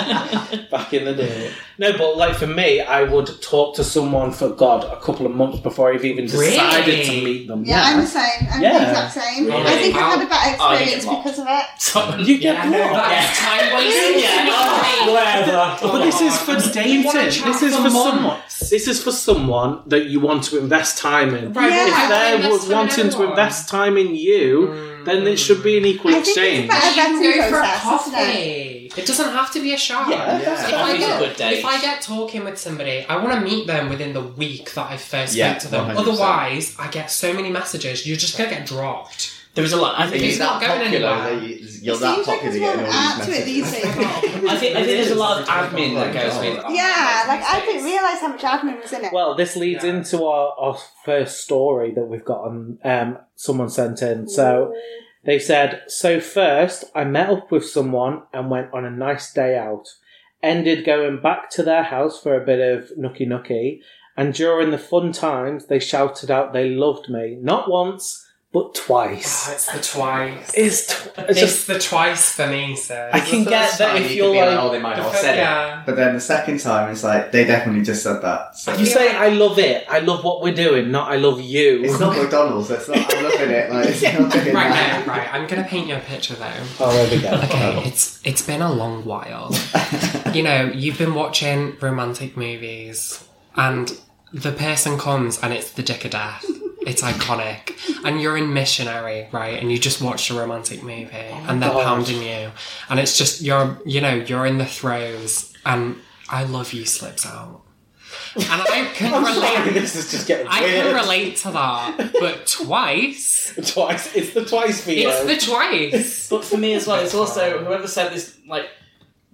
[SPEAKER 1] Back in the day. No, but like for me, I would talk to someone for God a couple of months before I've even decided
[SPEAKER 2] Really?
[SPEAKER 1] to meet them.
[SPEAKER 3] yeah, I'm the same. I'm
[SPEAKER 1] Yeah.
[SPEAKER 3] the exact same.
[SPEAKER 5] Really?
[SPEAKER 3] I think I've had a bad
[SPEAKER 5] Oh, you get
[SPEAKER 3] experience
[SPEAKER 5] locked.
[SPEAKER 3] because of it.
[SPEAKER 5] So-
[SPEAKER 1] You get
[SPEAKER 2] Yeah, I know
[SPEAKER 1] blocked.
[SPEAKER 2] that's time *laughs* wasting.
[SPEAKER 5] Yeah.
[SPEAKER 2] Yeah.
[SPEAKER 1] Whatever. But this is for
[SPEAKER 2] You
[SPEAKER 1] dating.
[SPEAKER 2] wanna
[SPEAKER 1] This
[SPEAKER 2] chat
[SPEAKER 1] is
[SPEAKER 2] for
[SPEAKER 1] for
[SPEAKER 2] months.
[SPEAKER 1] someone. This is for someone that you want to invest time in.
[SPEAKER 2] Right,
[SPEAKER 3] Yeah.
[SPEAKER 1] If
[SPEAKER 3] Yeah.
[SPEAKER 1] they're
[SPEAKER 2] Invest time in
[SPEAKER 1] wanting to
[SPEAKER 2] everyone.
[SPEAKER 1] invest time in you, then it should be an equal
[SPEAKER 3] I think it's
[SPEAKER 1] exchange.
[SPEAKER 3] about-
[SPEAKER 2] You can
[SPEAKER 3] vetting
[SPEAKER 2] go for a
[SPEAKER 3] process, isn't
[SPEAKER 2] coffee. It doesn't have to be a shower.
[SPEAKER 1] Yeah,
[SPEAKER 4] Yeah.
[SPEAKER 1] that's
[SPEAKER 2] If
[SPEAKER 1] fine.
[SPEAKER 2] I,
[SPEAKER 5] Coffee's a
[SPEAKER 2] get,
[SPEAKER 5] good date.
[SPEAKER 2] if I get talking with somebody, I want to meet them within the week that I first
[SPEAKER 4] Yeah,
[SPEAKER 2] spoke to them.
[SPEAKER 4] 100%.
[SPEAKER 2] Otherwise, I get so many messages, you're just going to get dropped. *laughs*
[SPEAKER 5] There was a lot. I
[SPEAKER 4] Are you
[SPEAKER 5] think
[SPEAKER 2] It's
[SPEAKER 4] that
[SPEAKER 2] not going
[SPEAKER 4] popular
[SPEAKER 2] anywhere.
[SPEAKER 4] that you- You're
[SPEAKER 3] it
[SPEAKER 4] that
[SPEAKER 3] seems like
[SPEAKER 4] popular
[SPEAKER 3] there's
[SPEAKER 4] you're
[SPEAKER 3] more
[SPEAKER 4] getting all
[SPEAKER 3] art to it
[SPEAKER 4] messages.
[SPEAKER 3] these
[SPEAKER 4] *laughs*
[SPEAKER 3] days.
[SPEAKER 5] I think, I think there's a lot of admin that goes with.
[SPEAKER 2] Oh
[SPEAKER 3] yeah, like I didn't realise how much admin was in it.
[SPEAKER 1] Well, this leads
[SPEAKER 2] Yeah.
[SPEAKER 1] into our, our first story that we've got on um, someone sent in. So they said, So first, I met up with someone and went on a nice day out. ended going back to their house for a bit of nookie nookie. And during the fun times, they shouted out they loved me, not once, but
[SPEAKER 2] Ah,
[SPEAKER 1] twice.
[SPEAKER 2] it's the twice.
[SPEAKER 1] It's, tw- it's
[SPEAKER 2] It's
[SPEAKER 1] just,
[SPEAKER 2] the twice for me, so.
[SPEAKER 1] I can
[SPEAKER 4] The
[SPEAKER 1] get
[SPEAKER 4] first
[SPEAKER 1] that
[SPEAKER 4] time
[SPEAKER 1] if
[SPEAKER 4] you
[SPEAKER 1] you're
[SPEAKER 4] could be
[SPEAKER 1] like,
[SPEAKER 4] oh, they might not have said it.
[SPEAKER 2] yeah.
[SPEAKER 4] But then the second time, it's like they definitely just said that. So
[SPEAKER 1] *laughs* you say, I love it, I love what we're doing, not I love you. *laughs*
[SPEAKER 4] it's not McDonald's. It's not. I'm looking at it. Like it's not looking
[SPEAKER 2] Right,
[SPEAKER 4] at
[SPEAKER 2] now,
[SPEAKER 4] *laughs*
[SPEAKER 2] right. I'm gonna paint you a picture though.
[SPEAKER 1] Oh, there we go.
[SPEAKER 2] Okay, it's it's been a long while. you know, you've been watching romantic movies, and the person comes and it's the dick of death. It's iconic, and you're in missionary, right? And you just watched a romantic movie, and they're
[SPEAKER 1] Oh God.
[SPEAKER 2] pounding you, and it's just you're, you know, you're in the throes, and I love you slips out,
[SPEAKER 1] *laughs*
[SPEAKER 2] and I can
[SPEAKER 1] Sorry,
[SPEAKER 2] relate.
[SPEAKER 1] this is just getting
[SPEAKER 2] I
[SPEAKER 1] weird.
[SPEAKER 2] can relate to that, but twice.
[SPEAKER 1] *laughs* Twice. It's the twice video.
[SPEAKER 2] It's
[SPEAKER 1] *laughs*
[SPEAKER 2] the twice.
[SPEAKER 5] But for me as well, it's also whoever said this, like,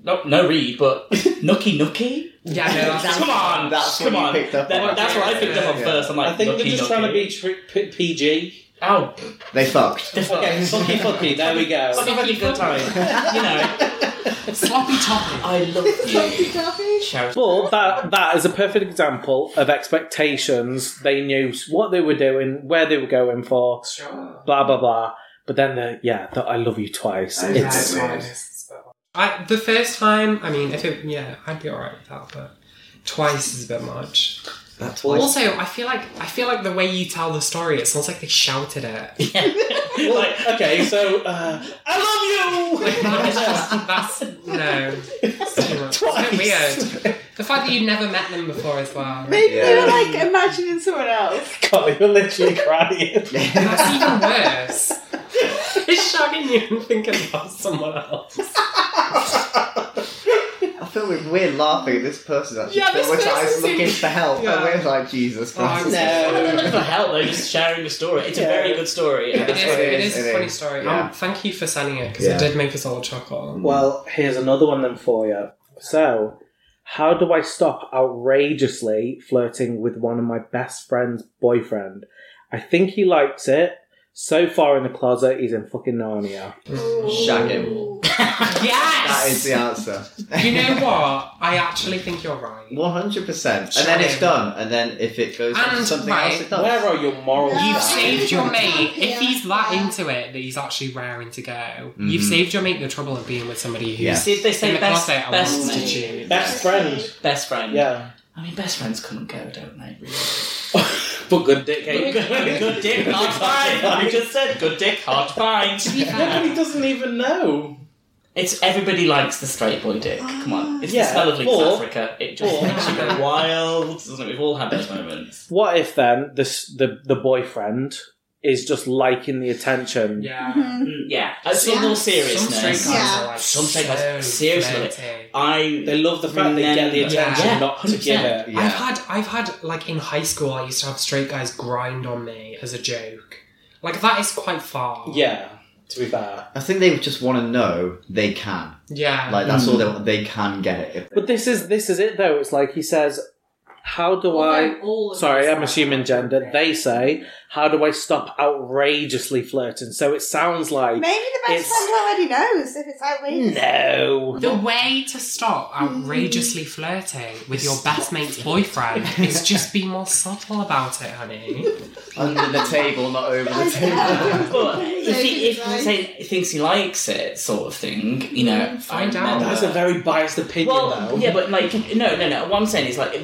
[SPEAKER 5] no, no read,
[SPEAKER 1] *laughs*
[SPEAKER 5] but nookie nookie.
[SPEAKER 2] Yeah, no, that's-
[SPEAKER 5] *laughs* come on,
[SPEAKER 4] That's what
[SPEAKER 5] come
[SPEAKER 4] you
[SPEAKER 5] on.
[SPEAKER 4] picked up
[SPEAKER 5] That-
[SPEAKER 4] on.
[SPEAKER 5] That's what I picked up on
[SPEAKER 4] Yeah.
[SPEAKER 5] first. I'm like,
[SPEAKER 1] I think they're
[SPEAKER 5] nookie,
[SPEAKER 1] just trying to
[SPEAKER 5] nookie.
[SPEAKER 1] be tr- p- PG.
[SPEAKER 5] Oh,
[SPEAKER 4] it. *laughs* They fucked.
[SPEAKER 5] the fuck.
[SPEAKER 1] Okay, *laughs* fucky fucky, there we go.
[SPEAKER 5] Fucky, fucky, good time. *laughs* You know,
[SPEAKER 2] sloppy topping.
[SPEAKER 5] I love you.
[SPEAKER 3] Toffee, toffee.
[SPEAKER 5] Shout.
[SPEAKER 1] But that that is a perfect example of expectations. They knew what they were doing, where they were going for,
[SPEAKER 2] Sure.
[SPEAKER 1] blah blah blah. But then the yeah, the I love you twice.
[SPEAKER 4] I
[SPEAKER 2] Yeah,
[SPEAKER 1] It's
[SPEAKER 2] it's
[SPEAKER 4] weird.
[SPEAKER 2] honest. I, the first time, I mean, if it, yeah, I'd be alright with that, but twice is a bit much.
[SPEAKER 4] That's
[SPEAKER 2] Also, I feel like I feel like the way you tell the story, it sounds like they shouted it. *laughs*
[SPEAKER 5] Yeah. like,
[SPEAKER 1] okay, so uh, I love you.
[SPEAKER 2] Like that is
[SPEAKER 4] *laughs*
[SPEAKER 2] just that's no, it's too much. It's a bit weird. The fact that you've never met them before as well.
[SPEAKER 3] Maybe they
[SPEAKER 4] Yeah.
[SPEAKER 3] were like imagining someone else.
[SPEAKER 1] *laughs* God, you're literally crying.
[SPEAKER 2] That's even worse. *laughs* It's shouting you and thinking about someone else.
[SPEAKER 4] I feel like we're laughing at this person actually,
[SPEAKER 2] Yeah, this
[SPEAKER 4] so much eyes
[SPEAKER 2] person's
[SPEAKER 4] looking
[SPEAKER 2] in-
[SPEAKER 4] for help,
[SPEAKER 2] Yeah.
[SPEAKER 4] and we're like, Jesus
[SPEAKER 2] Oh,
[SPEAKER 4] Christ.
[SPEAKER 2] no.
[SPEAKER 5] I don't know for help though, just sharing a story. It's
[SPEAKER 1] Yeah.
[SPEAKER 5] a very good story.
[SPEAKER 2] It
[SPEAKER 5] and
[SPEAKER 2] is,
[SPEAKER 5] that's what
[SPEAKER 2] it
[SPEAKER 4] it
[SPEAKER 2] is,
[SPEAKER 4] is,
[SPEAKER 2] a
[SPEAKER 4] it
[SPEAKER 2] funny
[SPEAKER 4] is.
[SPEAKER 2] story.
[SPEAKER 4] Yeah.
[SPEAKER 2] Um, thank you for sending it because
[SPEAKER 4] Yeah.
[SPEAKER 2] it did make us all chuckle.
[SPEAKER 1] Well, here's another one then for you. So, how do I stop outrageously flirting with one of my best friend's boyfriend? I think he likes it. So far in the closet, he's in fucking Narnia.
[SPEAKER 4] Shag him. That is
[SPEAKER 2] Yes.
[SPEAKER 4] the answer.
[SPEAKER 2] you know what? I actually think you're right.
[SPEAKER 4] One hundred percent, and
[SPEAKER 2] Shag
[SPEAKER 4] then it's
[SPEAKER 2] him.
[SPEAKER 4] done, and then if it goes on to
[SPEAKER 2] And,
[SPEAKER 4] something
[SPEAKER 2] right,
[SPEAKER 4] else, it
[SPEAKER 1] Where
[SPEAKER 4] does.
[SPEAKER 1] are your morals?
[SPEAKER 3] Yeah.
[SPEAKER 2] You've
[SPEAKER 1] now?
[SPEAKER 2] saved your mate.
[SPEAKER 3] Yeah.
[SPEAKER 2] If he's that into it that he's actually raring to go, you've
[SPEAKER 4] Mhm.
[SPEAKER 2] saved your mate the trouble of being with somebody
[SPEAKER 4] Yeah.
[SPEAKER 2] who's
[SPEAKER 5] See if they
[SPEAKER 2] in
[SPEAKER 5] say
[SPEAKER 2] the
[SPEAKER 5] best,
[SPEAKER 2] closet. I
[SPEAKER 5] best,
[SPEAKER 2] want to choose.
[SPEAKER 1] Best friend.
[SPEAKER 5] best friend.
[SPEAKER 1] Yeah.
[SPEAKER 5] I mean, best friends come and go, don't they? Really?
[SPEAKER 1] But good dick.
[SPEAKER 5] *laughs* Good, good, good dick, hard to find. You just said good dick, hard to find.
[SPEAKER 1] Nobody doesn't even know.
[SPEAKER 5] It's everybody likes the straight boy dick.
[SPEAKER 2] Ah.
[SPEAKER 5] Come on, it's
[SPEAKER 1] Yeah,
[SPEAKER 5] the smell of Leeds,
[SPEAKER 1] or-
[SPEAKER 5] Africa. It just
[SPEAKER 1] or-
[SPEAKER 5] makes you
[SPEAKER 1] *laughs*
[SPEAKER 5] go wild. Doesn't it? We've all had those moments.
[SPEAKER 1] What if then this the the boyfriend is just liking the attention?
[SPEAKER 2] Yeah.
[SPEAKER 3] Mhm.
[SPEAKER 5] Mm, yeah, at some
[SPEAKER 3] Yeah.
[SPEAKER 5] little
[SPEAKER 2] Some straight guys
[SPEAKER 5] *laughs* seriousness,
[SPEAKER 2] are like
[SPEAKER 5] Some straight
[SPEAKER 2] so
[SPEAKER 5] guys- seriously.
[SPEAKER 2] flirty.
[SPEAKER 5] I *laughs*
[SPEAKER 1] They love the fact they get the
[SPEAKER 5] Remember.
[SPEAKER 1] attention,
[SPEAKER 5] Yeah.
[SPEAKER 1] not to give it.
[SPEAKER 4] Yeah.
[SPEAKER 2] I've had I've had like in high school I used to have straight guys grind on me as a joke. Like that is quite far.
[SPEAKER 1] Yeah. To be fair.
[SPEAKER 4] I think they just want to know they can.
[SPEAKER 2] Yeah.
[SPEAKER 4] Like that's all they want. They can get it. If
[SPEAKER 1] But this is this is it though. It's like he says, "How do I?" Sorry, I'm assuming gender. They say, "How do I stop outrageously flirting?" So it sounds like
[SPEAKER 3] Maybe the best
[SPEAKER 1] It's-
[SPEAKER 3] friend already knows if it's outrageous.
[SPEAKER 1] no.
[SPEAKER 2] The way to stop outrageously flirting with your best mate's *laughs* boyfriend is just be more subtle about it, honey.
[SPEAKER 4] under the table, not over
[SPEAKER 2] *laughs*
[SPEAKER 4] the table.
[SPEAKER 5] But if he, if he say, thinks he likes it, sort of thing, you know,
[SPEAKER 2] Mm, Find
[SPEAKER 5] I
[SPEAKER 2] out.
[SPEAKER 5] remember-
[SPEAKER 1] That's a very biased opinion,
[SPEAKER 5] well,
[SPEAKER 1] though.
[SPEAKER 5] yeah, but like, no, no, no. What I'm saying is like,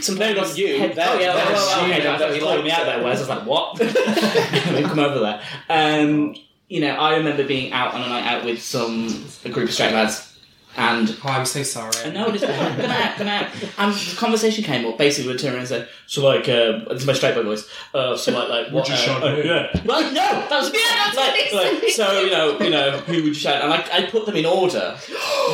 [SPEAKER 5] some
[SPEAKER 1] No, not you.
[SPEAKER 5] Head,
[SPEAKER 1] That-
[SPEAKER 5] oh yeah,
[SPEAKER 1] that's
[SPEAKER 5] well, well,
[SPEAKER 1] you,
[SPEAKER 5] okay,
[SPEAKER 1] that
[SPEAKER 5] that's
[SPEAKER 1] he
[SPEAKER 5] you calling me
[SPEAKER 1] likes
[SPEAKER 5] out
[SPEAKER 1] it.
[SPEAKER 5] there. Whereas I was like,
[SPEAKER 1] *laughs*
[SPEAKER 5] what? We've come over there. Um, you know, I remember being out on a night out with some a group of straight lads, and
[SPEAKER 2] Oh, I'm so
[SPEAKER 5] and
[SPEAKER 2] sorry.
[SPEAKER 5] Uh, no, just come out, come out. And the conversation came up. Basically, we turned around and said, "So like, uh, it's my straight boy voice. Uh, so like, like what?
[SPEAKER 2] you
[SPEAKER 5] uh,
[SPEAKER 2] shout
[SPEAKER 5] uh,
[SPEAKER 2] who?"
[SPEAKER 5] yeah. Well, no, that was
[SPEAKER 7] Yeah, that's what
[SPEAKER 5] like,
[SPEAKER 7] he said.
[SPEAKER 5] like, so you know, you know, who would you shout? And I, I put them in order,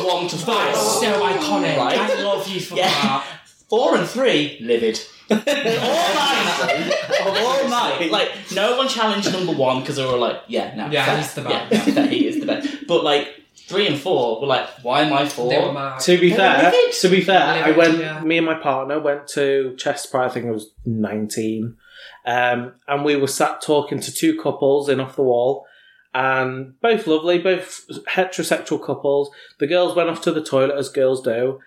[SPEAKER 5] one to five.
[SPEAKER 2] So iconic.
[SPEAKER 5] Right.
[SPEAKER 2] I love you for
[SPEAKER 5] Yeah.
[SPEAKER 2] that.
[SPEAKER 5] Four and three, livid. all night, all night. Like no one challenged number one because they were all like, yeah, no,
[SPEAKER 2] Yeah,
[SPEAKER 5] fair.
[SPEAKER 2] he's the best.
[SPEAKER 5] Yeah, that he is the best. But like three and four were like, why am I
[SPEAKER 2] They were
[SPEAKER 5] four?
[SPEAKER 2] mad.
[SPEAKER 1] To be
[SPEAKER 5] They
[SPEAKER 1] fair,
[SPEAKER 5] live it.
[SPEAKER 1] to be fair,
[SPEAKER 2] They live
[SPEAKER 1] I
[SPEAKER 2] it,
[SPEAKER 1] went.
[SPEAKER 2] yeah.
[SPEAKER 1] Me and my partner went to Chester Pride. I think I was nineteen, um, and we were sat talking to two couples in off the wall, and both lovely, both heterosexual couples. The girls went off to the toilet as girls do,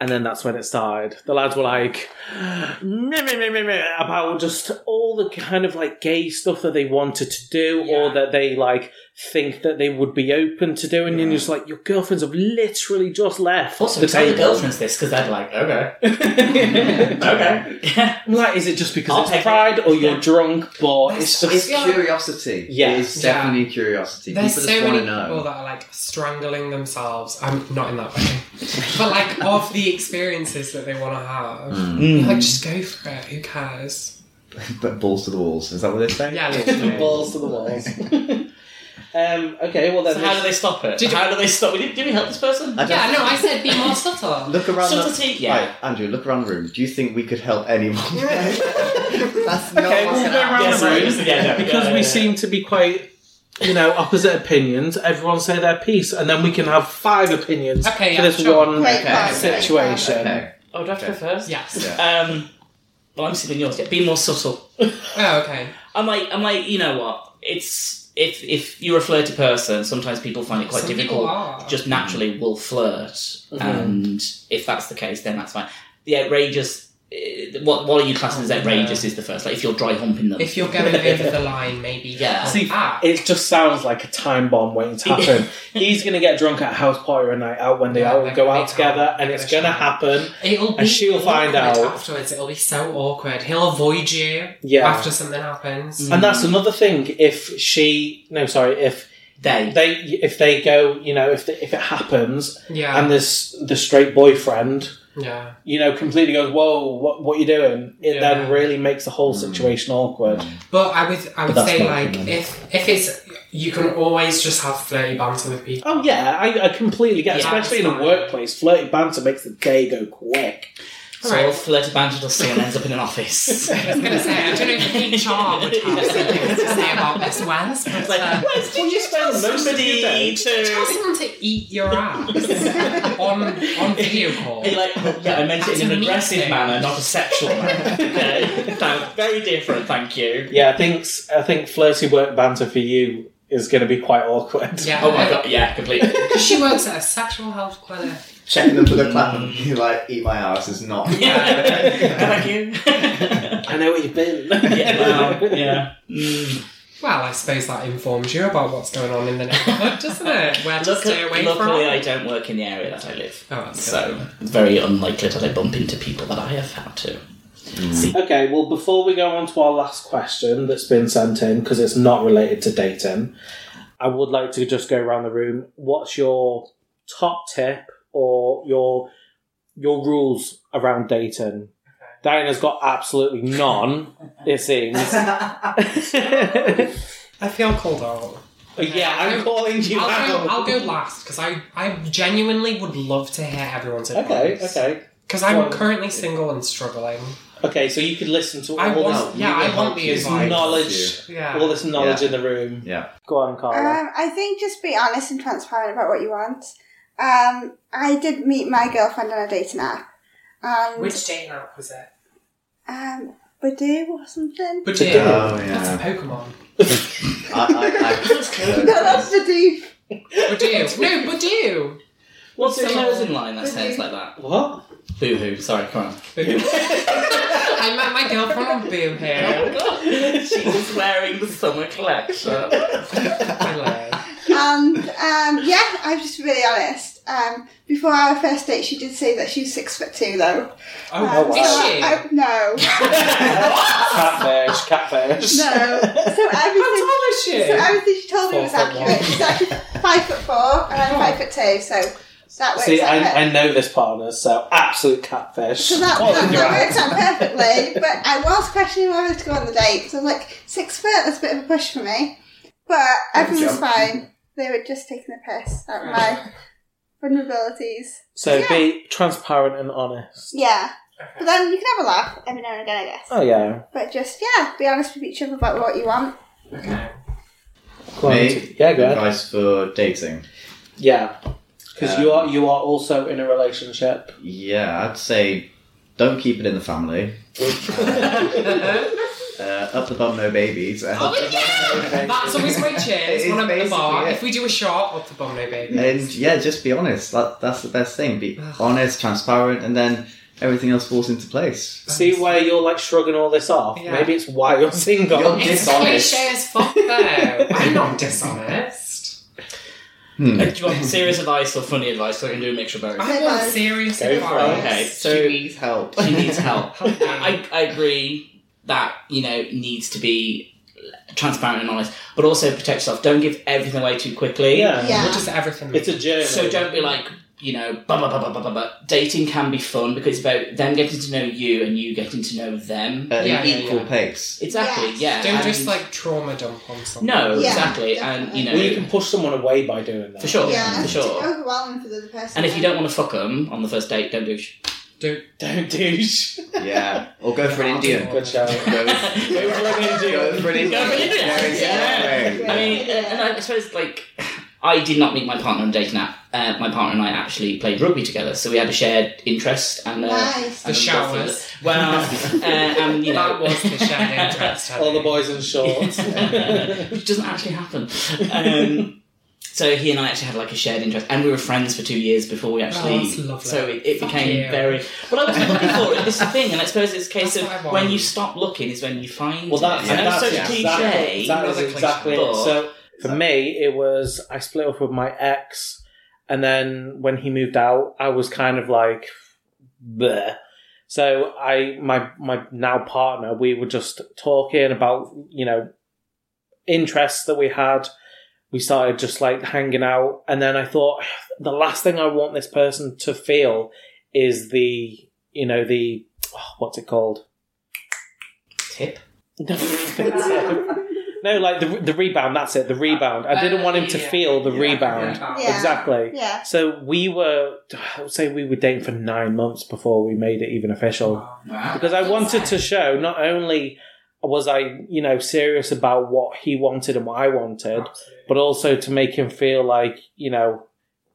[SPEAKER 1] and then that's when it started. The lads were like meh, meh, meh, meh, meh, about just all the kind of like gay stuff that they wanted to do or
[SPEAKER 5] Yeah.
[SPEAKER 1] that they like think that they would be open to doing. And you're just like, your girlfriends have literally just left.
[SPEAKER 5] Also,
[SPEAKER 1] the
[SPEAKER 5] tell your
[SPEAKER 1] table." *laughs*
[SPEAKER 5] girlfriends this because they're like, okay, okay, yeah,
[SPEAKER 1] I'm like, is it just because
[SPEAKER 5] I'll
[SPEAKER 1] it's
[SPEAKER 5] take it.
[SPEAKER 1] pride or you're
[SPEAKER 5] Yeah.
[SPEAKER 1] drunk? But it's
[SPEAKER 4] It's
[SPEAKER 1] just
[SPEAKER 4] just curiosity.
[SPEAKER 1] Yeah.
[SPEAKER 4] It's
[SPEAKER 2] Yeah.
[SPEAKER 4] definitely curiosity.
[SPEAKER 2] There's
[SPEAKER 4] People
[SPEAKER 2] so
[SPEAKER 4] just want
[SPEAKER 2] many
[SPEAKER 4] to
[SPEAKER 2] people
[SPEAKER 4] know.
[SPEAKER 2] that are like strangling themselves. I'm not in that way, *laughs* but like of the experiences that they want to have,
[SPEAKER 4] Hmm.
[SPEAKER 1] Mm.
[SPEAKER 5] *laughs*
[SPEAKER 2] you're *laughs* like just go for it. Who cares?
[SPEAKER 4] But balls to the walls. Is that what they say?
[SPEAKER 2] Yeah, literally.
[SPEAKER 1] balls to the walls. um, okay, well then.
[SPEAKER 5] So how do they stop it?
[SPEAKER 2] Did you-
[SPEAKER 5] how do they stop? it? Did, did we help this person?
[SPEAKER 4] I don't-
[SPEAKER 2] Yeah, no, I said be more *laughs* subtle.
[SPEAKER 4] *laughs* Look around
[SPEAKER 5] Subtlety,
[SPEAKER 4] the
[SPEAKER 5] yeah.
[SPEAKER 4] Right, Andrew, look around the room. Do you think we could help *laughs* anyone? That's not
[SPEAKER 1] Okay,
[SPEAKER 4] what's
[SPEAKER 1] we'll
[SPEAKER 4] gonna
[SPEAKER 1] go
[SPEAKER 4] happen.
[SPEAKER 1] around
[SPEAKER 5] Yes,
[SPEAKER 1] the
[SPEAKER 5] right,
[SPEAKER 1] room.
[SPEAKER 5] just- yeah, no,
[SPEAKER 1] because
[SPEAKER 5] yeah,
[SPEAKER 1] we
[SPEAKER 5] yeah,
[SPEAKER 1] seem to be quite, you know, opposite opinions. Everyone say their piece, and then we can have five opinions
[SPEAKER 2] Okay,
[SPEAKER 1] for
[SPEAKER 2] yeah,
[SPEAKER 1] this
[SPEAKER 2] sure.
[SPEAKER 1] one
[SPEAKER 3] Great
[SPEAKER 4] Okay.
[SPEAKER 3] fun,
[SPEAKER 1] situation.
[SPEAKER 4] Okay.
[SPEAKER 5] Oh, do I have to go
[SPEAKER 4] Okay.
[SPEAKER 5] first?
[SPEAKER 2] Yes.
[SPEAKER 4] Yeah.
[SPEAKER 5] Um, well, I'm sitting yours. Yeah, be more subtle.
[SPEAKER 2] Oh, okay.
[SPEAKER 5] I'm like, I'm like, you know what? It's if if you're a flirty person, sometimes people find it quite
[SPEAKER 2] Some people
[SPEAKER 5] difficult.
[SPEAKER 2] are. Mm-hmm.
[SPEAKER 5] Just naturally will flirt, and if that's the case, then that's fine. The outrageous. eh, What what are you classing as outrageous is the first. Like if you're dry humping them.
[SPEAKER 2] Oh, If you're going
[SPEAKER 5] *laughs*
[SPEAKER 2] over the line, maybe
[SPEAKER 5] Yeah.
[SPEAKER 2] help
[SPEAKER 1] See,
[SPEAKER 2] out.
[SPEAKER 1] It just sounds like a time bomb waiting to
[SPEAKER 2] *laughs*
[SPEAKER 1] happen. He's going to get drunk at a house party or a night out when they
[SPEAKER 2] Yeah,
[SPEAKER 1] all
[SPEAKER 2] they're
[SPEAKER 1] go
[SPEAKER 2] gonna
[SPEAKER 1] out
[SPEAKER 2] be
[SPEAKER 1] together,
[SPEAKER 2] tired.
[SPEAKER 1] and
[SPEAKER 2] They're
[SPEAKER 1] it's going
[SPEAKER 2] gonna
[SPEAKER 1] to happen.
[SPEAKER 2] It'll be
[SPEAKER 1] And she'll find
[SPEAKER 2] awkward
[SPEAKER 1] out.
[SPEAKER 2] afterwards. It'll be so awkward. He'll avoid you
[SPEAKER 1] Yeah. Mm.
[SPEAKER 2] after something happens.
[SPEAKER 1] And that's another thing. If she, no, sorry, if
[SPEAKER 5] they.
[SPEAKER 1] they, if they go, you know, if the, if it happens,
[SPEAKER 2] Yeah,
[SPEAKER 1] and this the straight boyfriend
[SPEAKER 2] yeah.
[SPEAKER 1] you know, completely goes, "Whoa, what, what you doing?" It then
[SPEAKER 2] Yeah.
[SPEAKER 1] really makes the whole situation awkward.
[SPEAKER 2] But I would, I would
[SPEAKER 4] that's
[SPEAKER 2] say
[SPEAKER 4] my
[SPEAKER 2] like
[SPEAKER 4] opinion.
[SPEAKER 2] if if it's you can always just have flirty banter with people.
[SPEAKER 1] Oh yeah, I, I completely get. it.
[SPEAKER 2] Yeah,
[SPEAKER 1] especially in a
[SPEAKER 2] that's fine.
[SPEAKER 1] workplace, flirty banter makes the day go quick.
[SPEAKER 5] So
[SPEAKER 2] Right.
[SPEAKER 5] all flirty banter does see and ends up in an office.
[SPEAKER 2] *laughs* I was gonna say, I don't know if HR would have something to say about this, Wes, but uh,
[SPEAKER 5] Where's did you spend most of your day
[SPEAKER 2] tell
[SPEAKER 5] to?
[SPEAKER 2] someone to eat your ass on on video call.
[SPEAKER 5] You're like, "Oh, yeah, I meant
[SPEAKER 2] That's
[SPEAKER 5] it in an
[SPEAKER 2] a
[SPEAKER 5] aggressive
[SPEAKER 2] meeting.
[SPEAKER 5] manner, not a sexual manner. *laughs* okay, Thank- very different. Thank you.
[SPEAKER 1] Yeah, I think s- I think flirty work banter for you is going to be quite awkward.
[SPEAKER 2] Yeah.
[SPEAKER 5] Oh my god, yeah, *laughs* completely.
[SPEAKER 2] Because she works at a sexual health clinic.
[SPEAKER 4] Checking them for the *laughs* clap and be like, eat my ass is not.
[SPEAKER 5] *laughs* Yeah.
[SPEAKER 4] *laughs*
[SPEAKER 5] Thank you.
[SPEAKER 1] *laughs* I know where you've been.
[SPEAKER 5] *laughs* yeah, well, yeah. Mm.
[SPEAKER 2] Well, I suppose that informs you about what's going on in the neighborhood, doesn't it? Where to stay
[SPEAKER 5] Luckily,
[SPEAKER 2] away
[SPEAKER 5] luckily
[SPEAKER 2] from.
[SPEAKER 5] I don't work in the area that I live.
[SPEAKER 2] Oh, that's good.
[SPEAKER 5] So it's very unlikely that I bump into people that I have had to.
[SPEAKER 1] Okay, well, before we go on to our last question that's been sent in because it's not related to dating, I would like to just go around the room. What's your top tip or your your rules around dating? Diana's got absolutely none. it seems.
[SPEAKER 2] *laughs*
[SPEAKER 1] *laughs*
[SPEAKER 2] I feel called out.
[SPEAKER 1] But yeah, I'm calling you
[SPEAKER 2] I'll
[SPEAKER 1] out.
[SPEAKER 2] go, I'll go last because I, I genuinely would love to hear everyone's advice.
[SPEAKER 1] okay, okay,
[SPEAKER 2] Because I'm
[SPEAKER 1] Well-
[SPEAKER 2] currently single and struggling.
[SPEAKER 1] okay. So you could listen to all
[SPEAKER 2] I
[SPEAKER 1] this
[SPEAKER 2] want, yeah, I want the
[SPEAKER 4] you.
[SPEAKER 2] advice.
[SPEAKER 1] knowledge,
[SPEAKER 2] Yeah.
[SPEAKER 1] all this knowledge
[SPEAKER 4] Yeah.
[SPEAKER 1] in the room.
[SPEAKER 4] Yeah.
[SPEAKER 1] Go on, Carla.
[SPEAKER 3] Um, I think just be honest and transparent about what you want. Um, I did meet my girlfriend on a dating app, and
[SPEAKER 2] Which dating app was it?
[SPEAKER 3] um, Badoo or something. *laughs*
[SPEAKER 2] But
[SPEAKER 1] Badoo.
[SPEAKER 4] Oh,
[SPEAKER 2] That's a
[SPEAKER 4] yeah.
[SPEAKER 2] Pokemon.
[SPEAKER 4] I, uh,
[SPEAKER 3] No,
[SPEAKER 4] I, I,
[SPEAKER 3] that's Badoo.
[SPEAKER 2] Badoo. no, Badoo.
[SPEAKER 5] What's the
[SPEAKER 2] Boo-hoo.
[SPEAKER 5] closing line that sounds like that?
[SPEAKER 1] what?
[SPEAKER 5] Boo hoo. Sorry, come on.
[SPEAKER 2] I met my girlfriend on Boo here.
[SPEAKER 5] *laughs* She's wearing the summer collection.
[SPEAKER 2] *laughs* Hello.
[SPEAKER 3] and um, yeah, I'm just really honest. Um, before our first date, she did say that she was six foot two, though.
[SPEAKER 2] Oh,
[SPEAKER 3] Um,
[SPEAKER 2] is
[SPEAKER 3] so
[SPEAKER 2] she?
[SPEAKER 3] I- I-
[SPEAKER 2] *laughs*
[SPEAKER 3] no,
[SPEAKER 1] *laughs*
[SPEAKER 5] Uh,
[SPEAKER 1] Catfish, catfish.
[SPEAKER 3] no. So
[SPEAKER 2] How
[SPEAKER 3] everything.
[SPEAKER 2] tall is she?
[SPEAKER 3] *laughs* So everything she told me
[SPEAKER 2] Four
[SPEAKER 3] was
[SPEAKER 2] foot one.
[SPEAKER 3] accurate. She's actually five foot four, and I'm
[SPEAKER 2] Oh.
[SPEAKER 3] five foot two, so that
[SPEAKER 1] *laughs*
[SPEAKER 3] works
[SPEAKER 1] See,
[SPEAKER 3] out.
[SPEAKER 1] I,
[SPEAKER 3] perfect.
[SPEAKER 1] I know this partner, so absolute catfish.
[SPEAKER 3] so that,
[SPEAKER 1] Well,
[SPEAKER 3] that,
[SPEAKER 1] you're
[SPEAKER 3] that
[SPEAKER 1] right.
[SPEAKER 3] works out perfectly, but I was questioning whether to go on the date. So I was like, six foot, that's a bit of a push for me. But everything was
[SPEAKER 4] jump.
[SPEAKER 3] fine. They were just taking the piss at my vulnerabilities.
[SPEAKER 1] So
[SPEAKER 3] Yeah.
[SPEAKER 1] be transparent and honest.
[SPEAKER 3] Yeah. But then you can have a laugh every now and again, I guess.
[SPEAKER 1] Oh yeah.
[SPEAKER 3] But just, yeah, be honest with each other about what you want.
[SPEAKER 2] Okay.
[SPEAKER 1] Go on.
[SPEAKER 4] Me?
[SPEAKER 1] Yeah, go ahead.
[SPEAKER 4] advice for dating.
[SPEAKER 1] Yeah, because you
[SPEAKER 4] Um,
[SPEAKER 1] are you are also in a
[SPEAKER 4] *laughs*
[SPEAKER 1] relationship.
[SPEAKER 2] *laughs*
[SPEAKER 4] Yeah, I'd say don't keep it in the family. uh, Up the Bum No Babies. and-
[SPEAKER 2] Oh, yeah! That's always my cheers
[SPEAKER 4] *laughs* It
[SPEAKER 2] when
[SPEAKER 4] is
[SPEAKER 2] I'm at the bar.
[SPEAKER 4] basically it.
[SPEAKER 2] If we do a shot, up the bomb, no baby.
[SPEAKER 4] And yeah, just be honest. That, that's the best thing. Be honest, transparent, and then everything else falls into place.
[SPEAKER 1] See where you're like shrugging all this off.
[SPEAKER 2] Yeah.
[SPEAKER 1] Maybe it's why you're single.
[SPEAKER 4] You're
[SPEAKER 2] It's
[SPEAKER 4] dishonest.
[SPEAKER 2] cliche as fuck, though. I'm not dishonest.
[SPEAKER 4] *laughs* Hmm.
[SPEAKER 5] Uh, do you want serious advice or funny advice? So I can do a mixture of both.
[SPEAKER 2] I want serious
[SPEAKER 4] Go for it.
[SPEAKER 2] advice.
[SPEAKER 5] Okay, so
[SPEAKER 4] she needs help.
[SPEAKER 5] she needs help.
[SPEAKER 2] Okay.
[SPEAKER 5] I, I agree that you know it needs to be transparent and honest, but also protect yourself. Don't give everything away too quickly.
[SPEAKER 1] Yeah.
[SPEAKER 3] Yeah.
[SPEAKER 2] What does everything mean?
[SPEAKER 1] It's a journey.
[SPEAKER 5] So don't be like you know, blah blah blah blah blah blah. blah. Dating can be fun because it's about them getting to know you and you getting to know them.
[SPEAKER 4] At
[SPEAKER 2] Uh, Yeah,
[SPEAKER 4] an
[SPEAKER 2] yeah,
[SPEAKER 4] equal
[SPEAKER 2] yeah.
[SPEAKER 4] pace.
[SPEAKER 5] Exactly.
[SPEAKER 3] Yes.
[SPEAKER 5] Yeah.
[SPEAKER 2] Don't
[SPEAKER 5] and-
[SPEAKER 2] just like trauma dump on someone.
[SPEAKER 5] No,
[SPEAKER 3] Yeah,
[SPEAKER 5] exactly, and
[SPEAKER 3] definitely.
[SPEAKER 5] you know
[SPEAKER 1] Well, you can push someone away by doing that.
[SPEAKER 5] for sure,
[SPEAKER 3] yeah,
[SPEAKER 5] for
[SPEAKER 3] it's
[SPEAKER 5] sure.
[SPEAKER 3] overwhelming for the other person.
[SPEAKER 5] And if you don't want to fuck them on the first date, don't douche.
[SPEAKER 2] Don't.
[SPEAKER 1] Don't douche.
[SPEAKER 4] Yeah. Or go for an Indian.
[SPEAKER 1] Good shout.
[SPEAKER 5] *laughs*
[SPEAKER 4] Go
[SPEAKER 1] Go for an
[SPEAKER 4] Go for
[SPEAKER 2] *laughs*
[SPEAKER 4] an
[SPEAKER 1] Indian.
[SPEAKER 4] Indian.
[SPEAKER 5] Go for an Indian.
[SPEAKER 4] Very smart
[SPEAKER 5] Yeah.
[SPEAKER 4] way.
[SPEAKER 5] I mean, uh, and I suppose like I did not meet my partner on a dating app. Uh, my partner and I actually played rugby together, so we had a shared interest and uh,
[SPEAKER 3] Nice.
[SPEAKER 5] and
[SPEAKER 2] The
[SPEAKER 5] a love for it.
[SPEAKER 2] showers. *laughs*
[SPEAKER 5] Well, uh, and you know,
[SPEAKER 2] That was the
[SPEAKER 5] *laughs*
[SPEAKER 2] shared interest.
[SPEAKER 1] All the boys in *laughs* shorts.
[SPEAKER 5] which doesn't actually happen. Um, so he and I actually had like a shared interest, and we were friends for two years before we actually.
[SPEAKER 2] Oh, that's lovely.
[SPEAKER 5] So it, it
[SPEAKER 2] Fuck
[SPEAKER 5] became
[SPEAKER 2] you.
[SPEAKER 5] very. But I wasn't looking for it. This is the thing, and I suppose it's a case
[SPEAKER 2] That's what I
[SPEAKER 5] of
[SPEAKER 2] want.
[SPEAKER 5] when you stop looking is when you find.
[SPEAKER 1] Well, that's,
[SPEAKER 5] it. I know
[SPEAKER 1] that's,
[SPEAKER 5] it's such
[SPEAKER 1] yeah,
[SPEAKER 5] cliche.
[SPEAKER 1] That, that
[SPEAKER 2] Another
[SPEAKER 1] is
[SPEAKER 2] cliche.
[SPEAKER 1] exactly it.
[SPEAKER 5] But-
[SPEAKER 1] So for me, it was I split up with my ex, and then when he moved out, I was kind of like, bleh. So I, my my now partner, we were just talking about you know interests that we had. We started just like hanging out, and then I thought *sighs* the last thing I want this person to feel is the you know the *sighs* what's it called *laughs*
[SPEAKER 5] Tip.
[SPEAKER 1] no, like the the rebound. That's it. The rebound. I didn't want him to
[SPEAKER 2] Yeah.
[SPEAKER 1] feel the
[SPEAKER 2] Yeah.
[SPEAKER 1] rebound.
[SPEAKER 2] Oh.
[SPEAKER 3] Yeah.
[SPEAKER 1] Exactly.
[SPEAKER 3] yeah.
[SPEAKER 1] So we were, I would say we were dating for nine months before we made it even
[SPEAKER 2] Oh,
[SPEAKER 1] official.
[SPEAKER 5] Wow.
[SPEAKER 1] Because I wanted to show not only was I, you know, serious about what he wanted and what I wanted, but also to make him feel like, you know,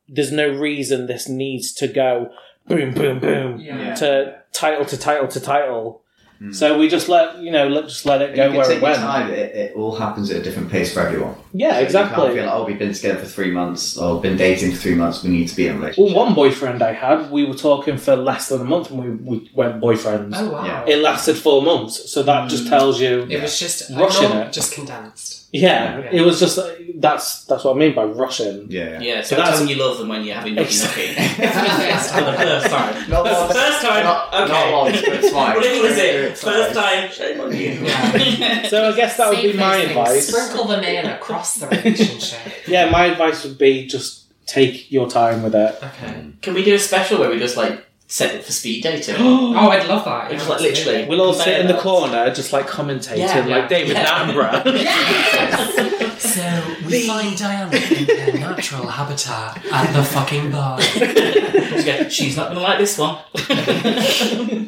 [SPEAKER 1] there's no reason this needs to go boom, boom, boom
[SPEAKER 2] Yeah.
[SPEAKER 1] to title to title to title.
[SPEAKER 4] Mm.
[SPEAKER 1] So we just let, you know, let, just let it
[SPEAKER 4] And
[SPEAKER 1] go
[SPEAKER 4] you can
[SPEAKER 1] where
[SPEAKER 4] take
[SPEAKER 1] it
[SPEAKER 4] your
[SPEAKER 1] went.
[SPEAKER 4] time. It, it all happens at a different pace for everyone.
[SPEAKER 1] Yeah,
[SPEAKER 4] You can't
[SPEAKER 1] exactly.
[SPEAKER 4] feel like, oh, we've been together for three months, or been dating for three months, we need to be in a relationship.
[SPEAKER 1] Well, one boyfriend I had, we were talking for less than a month and we, we went boyfriends.
[SPEAKER 2] Oh Mm. wow.
[SPEAKER 4] Yeah.
[SPEAKER 1] It lasted four months, so that just tells you.
[SPEAKER 2] It was just
[SPEAKER 1] Rushing
[SPEAKER 2] not
[SPEAKER 1] it.
[SPEAKER 2] just condensed.
[SPEAKER 1] Yeah,
[SPEAKER 2] Yeah.
[SPEAKER 1] it was just that's that's what I mean by rushing.
[SPEAKER 4] Yeah.
[SPEAKER 5] Yeah, so
[SPEAKER 1] But that's-
[SPEAKER 5] that's when you love them when you're having nothing.
[SPEAKER 1] Exactly.
[SPEAKER 5] *laughs* That's the first
[SPEAKER 1] *laughs*
[SPEAKER 5] time.
[SPEAKER 4] Not
[SPEAKER 5] That's the
[SPEAKER 4] once,
[SPEAKER 5] first time.
[SPEAKER 4] Not, not
[SPEAKER 5] okay.
[SPEAKER 4] once, but
[SPEAKER 5] *laughs*
[SPEAKER 4] twice.
[SPEAKER 5] What was it?
[SPEAKER 4] Twice.
[SPEAKER 5] First time. Shame on you. *laughs*
[SPEAKER 2] Yeah.
[SPEAKER 1] So I guess that would
[SPEAKER 2] Save
[SPEAKER 1] be my
[SPEAKER 2] those things,
[SPEAKER 1] advice.
[SPEAKER 2] Sprinkle them in across the relationship.
[SPEAKER 1] Yeah, my advice would be just take your time with it.
[SPEAKER 2] okay.
[SPEAKER 5] Can we do a special where we just like set it for
[SPEAKER 1] *gasps*
[SPEAKER 5] speed dating?
[SPEAKER 2] *gasps* *laughs* Oh, I'd love that.
[SPEAKER 5] It's
[SPEAKER 2] yeah,
[SPEAKER 5] like literally.
[SPEAKER 1] We'll all sit in the
[SPEAKER 5] Fair *laughs*
[SPEAKER 1] corner, just like commentating,
[SPEAKER 5] Yeah,
[SPEAKER 2] yeah.
[SPEAKER 1] like David
[SPEAKER 5] Yeah.
[SPEAKER 1] Attenborough.
[SPEAKER 2] *laughs* absolutely. So we find Diana in her natural habitat at the fucking bar.
[SPEAKER 5] She's going, She's not going to like
[SPEAKER 1] *laughs*
[SPEAKER 5] this one.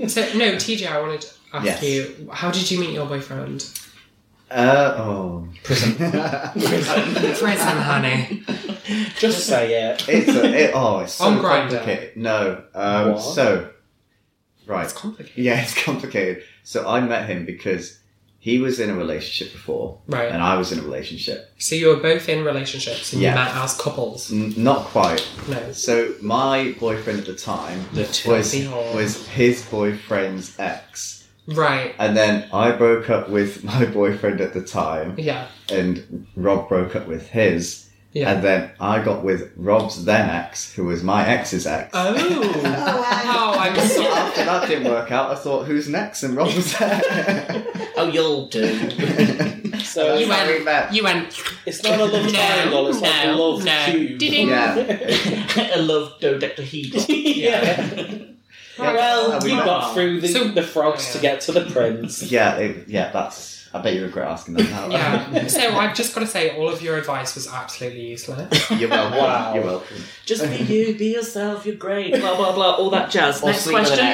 [SPEAKER 2] So no, TJ, I wanted to ask
[SPEAKER 4] Yes.
[SPEAKER 2] you, how did you meet your boyfriend? *laughs*
[SPEAKER 4] Uh, oh.
[SPEAKER 5] Prison.
[SPEAKER 2] Prison, honey.
[SPEAKER 1] just say it.
[SPEAKER 4] it's a, it, oh, it's so
[SPEAKER 2] On Grindr.
[SPEAKER 4] complicated. No. Um,
[SPEAKER 1] What?
[SPEAKER 4] so, right.
[SPEAKER 2] It's complicated.
[SPEAKER 4] Yeah, it's complicated. So I met him because he was in a relationship before,
[SPEAKER 2] Right.
[SPEAKER 4] and I was in a relationship.
[SPEAKER 2] So you were both in relationships and
[SPEAKER 4] Yeah.
[SPEAKER 2] you met as couples.
[SPEAKER 4] N- not quite.
[SPEAKER 2] No.
[SPEAKER 4] So my boyfriend at the time
[SPEAKER 2] The two
[SPEAKER 4] was
[SPEAKER 2] behold.
[SPEAKER 4] was his boyfriend's ex,
[SPEAKER 2] Right.
[SPEAKER 4] and then I broke up with *laughs* my boyfriend at the time,
[SPEAKER 2] Yeah.
[SPEAKER 4] and Rob broke up with his,
[SPEAKER 2] Yeah.
[SPEAKER 4] and then I got with Rob's then ex, who was my ex's ex.
[SPEAKER 2] oh. *laughs*
[SPEAKER 3] Oh, wow.
[SPEAKER 2] Oh, I'm
[SPEAKER 4] So
[SPEAKER 2] sorry.
[SPEAKER 4] after that didn't work out, I thought, who's next? And Rob was there.
[SPEAKER 5] oh, you'll do.
[SPEAKER 1] *laughs* So
[SPEAKER 2] You
[SPEAKER 4] That's how we
[SPEAKER 2] went- *laughs*
[SPEAKER 4] met.
[SPEAKER 2] You went.
[SPEAKER 1] it's not a love
[SPEAKER 2] No,
[SPEAKER 1] triangle; it's like a
[SPEAKER 2] no,
[SPEAKER 1] love
[SPEAKER 2] no.
[SPEAKER 1] cube. *laughs*
[SPEAKER 2] Ding.
[SPEAKER 4] Yeah.
[SPEAKER 5] I love dodecahedron.
[SPEAKER 1] yeah.
[SPEAKER 4] Yeah,
[SPEAKER 1] Well,
[SPEAKER 4] that's how we
[SPEAKER 1] you
[SPEAKER 4] met.
[SPEAKER 1] got through the,
[SPEAKER 2] So-
[SPEAKER 1] the frogs to get to the prince.
[SPEAKER 4] Yeah, it, yeah, that's. I bet you regret asking that now.
[SPEAKER 2] *laughs* Yeah. So I've just got to say, all of your advice was absolutely useless.
[SPEAKER 4] *laughs* You're welcome.
[SPEAKER 1] Wow.
[SPEAKER 4] You're welcome.
[SPEAKER 5] Just be you, be yourself, you're great, blah, blah, blah, all that jazz.
[SPEAKER 4] Or
[SPEAKER 5] next
[SPEAKER 4] sleep with
[SPEAKER 5] question.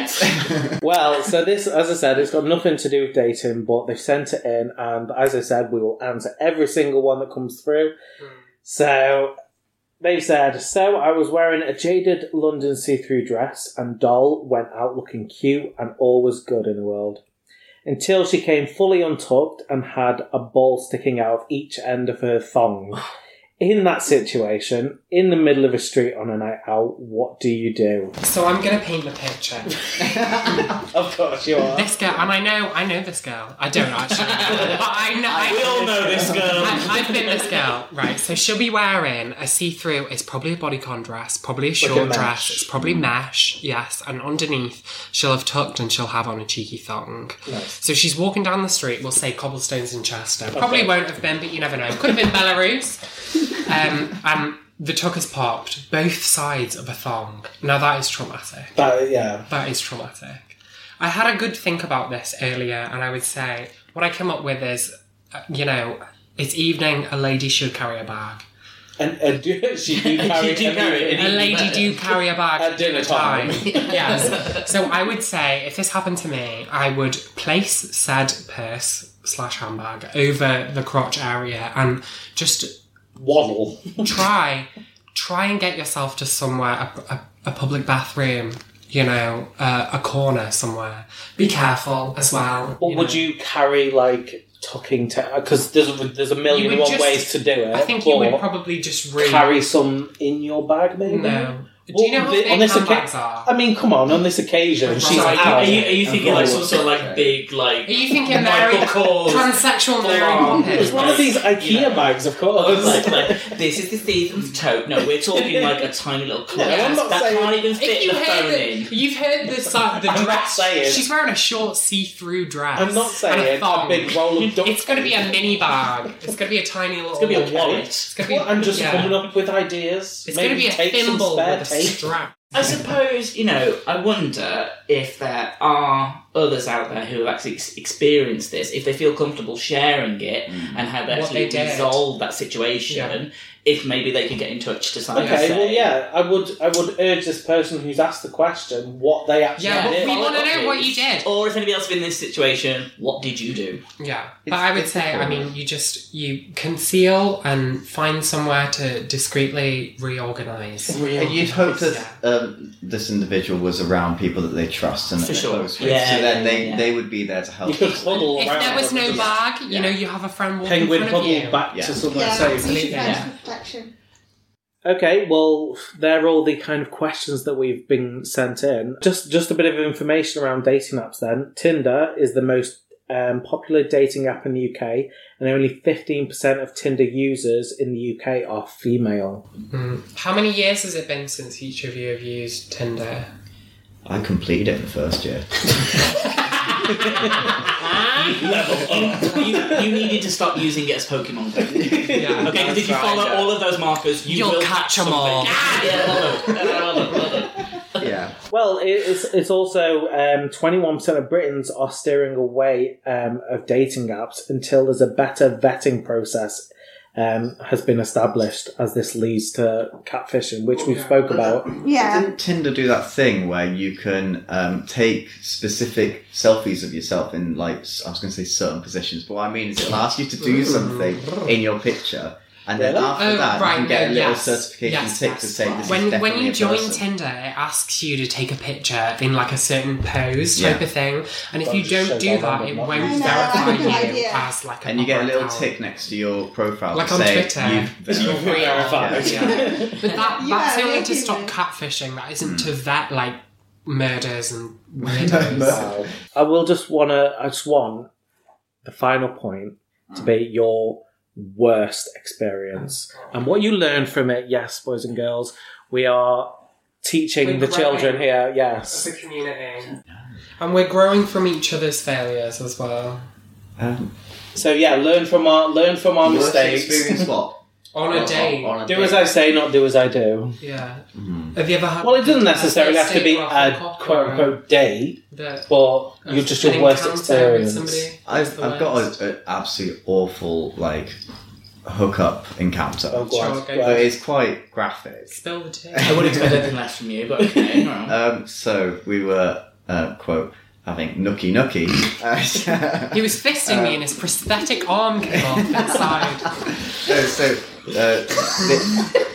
[SPEAKER 4] an ex.
[SPEAKER 1] Well, so this, as I said, it's got nothing to do with dating, but they've sent it in, and as I said, we will answer every single one that comes through. So they've said, So I was wearing a jaded London see through dress, and doll went out looking cute and all was good in the world. until she came fully untucked and had a ball sticking out of each end of her thong. In that situation, in the middle of a street on a night out, what do you do?
[SPEAKER 2] So I'm gonna paint the picture.
[SPEAKER 5] *laughs*
[SPEAKER 1] Of course you
[SPEAKER 2] *laughs*
[SPEAKER 1] are.
[SPEAKER 2] This girl, and I know, I know this girl. I don't actually, but I know.
[SPEAKER 5] we all know this girl.
[SPEAKER 2] I, I've been this girl, right? So she'll be wearing a see-through. It's probably a bodycon dress, probably a short
[SPEAKER 1] mesh.
[SPEAKER 2] dress. It's probably mesh, yes. And underneath, she'll have tucked and she'll have on a cheeky thong. So she's walking down the street. We'll say cobblestones in Chester. Probably won't have been, but you never know. Could have been Belarus. Um, and the tuck has popped both sides of a thong. Now that is traumatic.
[SPEAKER 1] But yeah,
[SPEAKER 2] That is traumatic. I had a good think about this earlier, and I would say what I came up with is, uh, you know, it's evening. A lady should carry a bag.
[SPEAKER 1] and, and do, *laughs* she
[SPEAKER 2] *laughs*
[SPEAKER 1] do carry,
[SPEAKER 5] do carry it.
[SPEAKER 2] A lady do *laughs* carry a bag
[SPEAKER 1] At dinner time. *laughs*
[SPEAKER 2] yes. So I would say if this happened to me, I would place said purse slash handbag over the crotch area and just
[SPEAKER 1] waddle.
[SPEAKER 2] try try and get yourself to somewhere a, a, a public bathroom you know uh, a corner somewhere be careful as well
[SPEAKER 1] Or would you carry like tucking to? Because there's a, there's a million
[SPEAKER 2] would
[SPEAKER 1] and one
[SPEAKER 2] just-
[SPEAKER 1] ways to do it.
[SPEAKER 2] i think you would
[SPEAKER 1] but
[SPEAKER 2] probably just really
[SPEAKER 1] carry some in your bag, maybe.
[SPEAKER 2] no do you know
[SPEAKER 1] Well,
[SPEAKER 2] what
[SPEAKER 1] the-
[SPEAKER 2] big
[SPEAKER 1] occa-
[SPEAKER 2] handbags are
[SPEAKER 1] I mean, come on. On this occasion, she's
[SPEAKER 5] Sorry,
[SPEAKER 1] out.
[SPEAKER 5] are, you, are you thinking like some
[SPEAKER 1] Of
[SPEAKER 5] sort of like
[SPEAKER 4] Okay.
[SPEAKER 5] big like?
[SPEAKER 2] are you
[SPEAKER 1] Oh
[SPEAKER 2] thinking Mary
[SPEAKER 5] Michael Kors?
[SPEAKER 2] transsexual Mary
[SPEAKER 5] Full-on.
[SPEAKER 1] It's
[SPEAKER 2] Poppins?
[SPEAKER 1] one of these IKEA
[SPEAKER 5] You know.
[SPEAKER 1] bags, of
[SPEAKER 2] Oh,
[SPEAKER 1] course. *laughs*
[SPEAKER 5] like, like, this is the season's tote. No, we're talking like a tiny *laughs* little clutch.
[SPEAKER 1] No, I'm not
[SPEAKER 5] that
[SPEAKER 1] saying-
[SPEAKER 5] can't even fit
[SPEAKER 2] If you
[SPEAKER 5] the phone
[SPEAKER 2] heard
[SPEAKER 5] in.
[SPEAKER 2] the, you've heard the, si- the
[SPEAKER 1] I'm not
[SPEAKER 2] dress,
[SPEAKER 1] saying-
[SPEAKER 2] she's wearing a short see-through dress.
[SPEAKER 1] I'm not
[SPEAKER 2] and a,
[SPEAKER 1] saying a,
[SPEAKER 2] thong.
[SPEAKER 1] big roll
[SPEAKER 2] *laughs*
[SPEAKER 1] of duck.
[SPEAKER 2] It's going to be a mini bag. It's going to be a tiny little.
[SPEAKER 5] It's gonna be a wallet.
[SPEAKER 2] It's going to be.
[SPEAKER 1] Well, I'm just
[SPEAKER 2] yeah.
[SPEAKER 1] coming up with ideas.
[SPEAKER 2] It's
[SPEAKER 1] Maybe
[SPEAKER 2] going to be a
[SPEAKER 1] take some
[SPEAKER 2] thimble
[SPEAKER 1] spare
[SPEAKER 2] with a
[SPEAKER 1] tape.
[SPEAKER 2] strap.
[SPEAKER 5] I suppose, you know, I wonder if there are others out there who have actually ex- experienced this, if they feel comfortable sharing it
[SPEAKER 1] Mm.
[SPEAKER 5] and have actually
[SPEAKER 2] they did.
[SPEAKER 5] resolved that situation, if maybe they can get in touch to something.
[SPEAKER 1] Okay, well, yeah, I would, I would urge this person who's asked the question what they actually
[SPEAKER 2] Yeah,
[SPEAKER 5] but
[SPEAKER 1] did.
[SPEAKER 2] we want to know what you did.
[SPEAKER 5] Or if anybody else in this situation, what did
[SPEAKER 2] *laughs*
[SPEAKER 5] you do?
[SPEAKER 2] Yeah, but
[SPEAKER 4] It's
[SPEAKER 2] I would say, I
[SPEAKER 4] difficult.
[SPEAKER 2] mean, you just you conceal and find somewhere to discreetly reorganize.
[SPEAKER 4] *laughs* And you'd hope that
[SPEAKER 2] Yeah.
[SPEAKER 4] um, this individual was around people that they trust and that
[SPEAKER 5] For
[SPEAKER 4] they're
[SPEAKER 5] sure.
[SPEAKER 4] close with.
[SPEAKER 5] Yeah,
[SPEAKER 4] so
[SPEAKER 5] yeah,
[SPEAKER 4] then they,
[SPEAKER 5] yeah.
[SPEAKER 4] they would be there to help.
[SPEAKER 1] You could huddle
[SPEAKER 2] If
[SPEAKER 1] around.
[SPEAKER 2] there was no bag, you
[SPEAKER 4] Yeah.
[SPEAKER 2] know, you have a friend walking
[SPEAKER 1] Penguin
[SPEAKER 2] in front of
[SPEAKER 1] huddle
[SPEAKER 2] you.
[SPEAKER 1] back
[SPEAKER 4] Yeah.
[SPEAKER 1] to somewhere
[SPEAKER 3] Yeah,
[SPEAKER 1] safe.
[SPEAKER 3] you should
[SPEAKER 2] absolutely,
[SPEAKER 3] find
[SPEAKER 5] yeah.
[SPEAKER 3] some protection.
[SPEAKER 1] Okay, well, they're all the kind of questions that we've been sent in. Just just a bit of information around dating apps then. Tinder is the most um, popular dating app in the UK, and only 15% of Tinder users in the UK are female.
[SPEAKER 2] Mm. How many years has it been since each of you have used Tinder?
[SPEAKER 4] I completed it in the first year.
[SPEAKER 5] you, you needed to stop using it
[SPEAKER 1] *laughs*
[SPEAKER 5] as Pokemon. Okay,
[SPEAKER 2] Yeah.
[SPEAKER 5] because if you follow all of those markers, you
[SPEAKER 2] You'll
[SPEAKER 5] will
[SPEAKER 2] catch 'em
[SPEAKER 5] something.
[SPEAKER 2] all.
[SPEAKER 5] Ah, yeah, love it. Love it,
[SPEAKER 1] *laughs*
[SPEAKER 5] love it.
[SPEAKER 4] yeah.
[SPEAKER 1] Well, it- it's, it's also um, 21% of Britons are steering away um, of dating apps until there's a better vetting process um, has been established, as this leads to catfishing, which we spoke about.
[SPEAKER 3] Yeah.
[SPEAKER 4] Didn't Tinder do that thing where you can um, take specific selfies of yourself in like s- I was going to say certain positions, but what I mean is it'll ask you to do something in your picture, and then
[SPEAKER 1] Really?
[SPEAKER 4] after
[SPEAKER 2] Oh,
[SPEAKER 4] that
[SPEAKER 2] right,
[SPEAKER 4] you can get
[SPEAKER 2] no,
[SPEAKER 4] a little
[SPEAKER 2] yes.
[SPEAKER 4] certification
[SPEAKER 2] Yes,
[SPEAKER 4] tick
[SPEAKER 2] yes.
[SPEAKER 4] to say this is
[SPEAKER 2] when when
[SPEAKER 4] definitely
[SPEAKER 2] you
[SPEAKER 4] a
[SPEAKER 2] join
[SPEAKER 4] person.
[SPEAKER 2] Tinder, it asks you to take a picture in like a certain pose type
[SPEAKER 4] Yeah.
[SPEAKER 2] of thing, and if
[SPEAKER 1] Don't
[SPEAKER 2] you
[SPEAKER 1] just show
[SPEAKER 2] don't do
[SPEAKER 1] that
[SPEAKER 2] that,
[SPEAKER 1] number,
[SPEAKER 2] it
[SPEAKER 1] not
[SPEAKER 2] won't
[SPEAKER 3] me. I know,
[SPEAKER 2] verify
[SPEAKER 3] that's a good
[SPEAKER 2] you
[SPEAKER 3] idea.
[SPEAKER 2] as like a
[SPEAKER 4] and you get a
[SPEAKER 2] proper
[SPEAKER 4] little
[SPEAKER 2] account.
[SPEAKER 4] tick next to your profile
[SPEAKER 2] Like
[SPEAKER 4] to
[SPEAKER 2] on
[SPEAKER 4] say
[SPEAKER 2] Twitter.
[SPEAKER 4] you've
[SPEAKER 2] *laughs*
[SPEAKER 4] verified.
[SPEAKER 1] verified.
[SPEAKER 4] Yeah.
[SPEAKER 3] *laughs*
[SPEAKER 2] But that
[SPEAKER 3] You
[SPEAKER 2] that's
[SPEAKER 3] are
[SPEAKER 2] only
[SPEAKER 3] a
[SPEAKER 2] to stop
[SPEAKER 3] human.
[SPEAKER 2] catfishing. That isn't
[SPEAKER 4] Hmm.
[SPEAKER 2] to vet like murders
[SPEAKER 4] *laughs*
[SPEAKER 2] and weirdos.
[SPEAKER 4] Wow.
[SPEAKER 1] I will just want to. I just want the final point to be your worst experience and what you learned from it. Yes, boys and girls, we are teaching the
[SPEAKER 2] We're growing.
[SPEAKER 1] children here.
[SPEAKER 2] As
[SPEAKER 1] Yes,
[SPEAKER 2] a community, and we're growing from each other's failures as well.
[SPEAKER 4] Um,
[SPEAKER 1] so yeah, learn from our learn from our
[SPEAKER 4] worst
[SPEAKER 1] mistakes.
[SPEAKER 4] experience what?
[SPEAKER 2] On a date,
[SPEAKER 4] On a
[SPEAKER 1] Do
[SPEAKER 4] date.
[SPEAKER 1] as I say, not do as I do.
[SPEAKER 2] yeah.
[SPEAKER 4] Mm.
[SPEAKER 2] Have you ever had?
[SPEAKER 1] Well, it doesn't
[SPEAKER 2] a
[SPEAKER 1] necessarily
[SPEAKER 2] first
[SPEAKER 1] have to
[SPEAKER 2] date
[SPEAKER 1] be
[SPEAKER 2] where
[SPEAKER 1] a
[SPEAKER 2] cock
[SPEAKER 1] quote
[SPEAKER 2] or a-
[SPEAKER 1] unquote date,
[SPEAKER 2] the-
[SPEAKER 1] but you're just your
[SPEAKER 2] an
[SPEAKER 1] worst
[SPEAKER 2] encounter with
[SPEAKER 1] experience.
[SPEAKER 2] somebody. That's
[SPEAKER 4] I've,
[SPEAKER 2] the
[SPEAKER 4] I've got
[SPEAKER 2] worst.
[SPEAKER 4] an absolute awful like hookup encounter.
[SPEAKER 1] Oh,
[SPEAKER 2] Sure,
[SPEAKER 1] God.
[SPEAKER 2] okay.
[SPEAKER 1] Well,
[SPEAKER 4] But
[SPEAKER 1] *laughs*
[SPEAKER 4] it's quite graphic.
[SPEAKER 2] Spill the tea.
[SPEAKER 5] I would expect anything less from you, but okay. all
[SPEAKER 1] *laughs*
[SPEAKER 5] *laughs* right.
[SPEAKER 4] Um, so we were uh, quote having nookie nookie. Uh,
[SPEAKER 2] *laughs* *laughs* He was fisting me and his prosthetic arm came off inside.
[SPEAKER 4] no, so uh, the-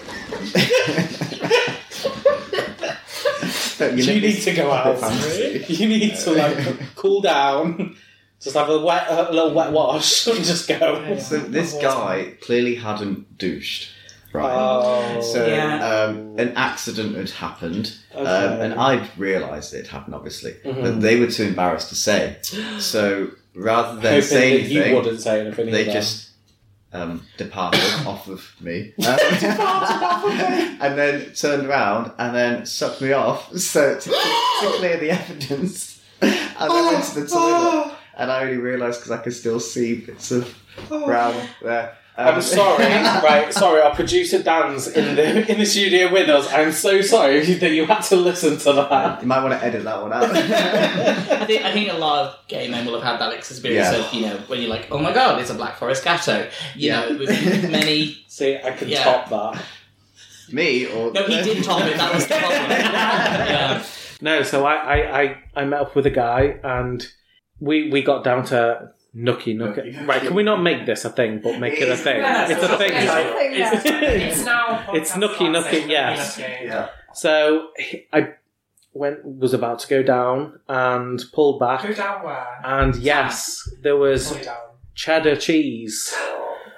[SPEAKER 1] You need to go out.
[SPEAKER 4] Fancy.
[SPEAKER 1] You need to like cool down. Just have a wet, a little wet wash and just go.
[SPEAKER 4] So this guy clearly hadn't douched, right?
[SPEAKER 1] Oh,
[SPEAKER 4] So
[SPEAKER 5] Yeah.
[SPEAKER 4] um, an accident had happened, um,
[SPEAKER 1] Okay.
[SPEAKER 4] and I'd realised it had happened, obviously,
[SPEAKER 1] Mhm.
[SPEAKER 4] but they were too embarrassed to say. So rather
[SPEAKER 1] Mm-hmm.
[SPEAKER 4] than
[SPEAKER 1] hoping
[SPEAKER 4] say
[SPEAKER 1] that you
[SPEAKER 4] anything,
[SPEAKER 1] wouldn't say anything.
[SPEAKER 4] they
[SPEAKER 1] either.
[SPEAKER 4] just um, departed *coughs* off of
[SPEAKER 1] *laughs*
[SPEAKER 4] me, Um, *laughs* and then turned around and then sucked me off. *laughs* So to, to clear the evidence, and I went
[SPEAKER 1] *gasps*
[SPEAKER 4] to the
[SPEAKER 1] Oh,
[SPEAKER 4] toilet, and I only realised because I could still see
[SPEAKER 1] *sighs*
[SPEAKER 4] bits of brown there. Um,
[SPEAKER 1] Oh. I'm
[SPEAKER 4] *laughs*
[SPEAKER 1] sorry, right? Sorry, our producer Dan's in the in the studio with us. I'm so sorry *laughs* that you had to listen to that.
[SPEAKER 4] You might want to edit that
[SPEAKER 1] *laughs*
[SPEAKER 4] one out.
[SPEAKER 5] I think, I think a lot of gay men will have had that experience
[SPEAKER 4] Yeah.
[SPEAKER 5] of, you know, when you're like, oh my god, it's a Black Forest Gatto. You
[SPEAKER 4] Yeah.
[SPEAKER 5] know,
[SPEAKER 1] *laughs*
[SPEAKER 5] with many.
[SPEAKER 1] See, I can
[SPEAKER 5] Yeah.
[SPEAKER 1] top that.
[SPEAKER 4] Me or
[SPEAKER 5] No, he did top it, that was the
[SPEAKER 1] *laughs*
[SPEAKER 4] *laughs*
[SPEAKER 5] problem. yeah.
[SPEAKER 1] No, so I I, I, I met up with a guy and we we got down to nookie nookie.
[SPEAKER 4] Nookie nookie.
[SPEAKER 1] Right? Can we not make this a thing, but make it a thing?
[SPEAKER 2] Yes,
[SPEAKER 1] It's a thing.
[SPEAKER 2] it's
[SPEAKER 1] now.
[SPEAKER 2] a
[SPEAKER 1] *laughs*
[SPEAKER 3] thing now.
[SPEAKER 1] It's- *laughs*
[SPEAKER 2] It's now.
[SPEAKER 1] It's nookie nookie, yes.
[SPEAKER 4] Yeah.
[SPEAKER 1] So he- I went was about to go down and pulled back,
[SPEAKER 2] Go down where?
[SPEAKER 1] and yes, there was
[SPEAKER 2] Go down.
[SPEAKER 1] cheddar cheese.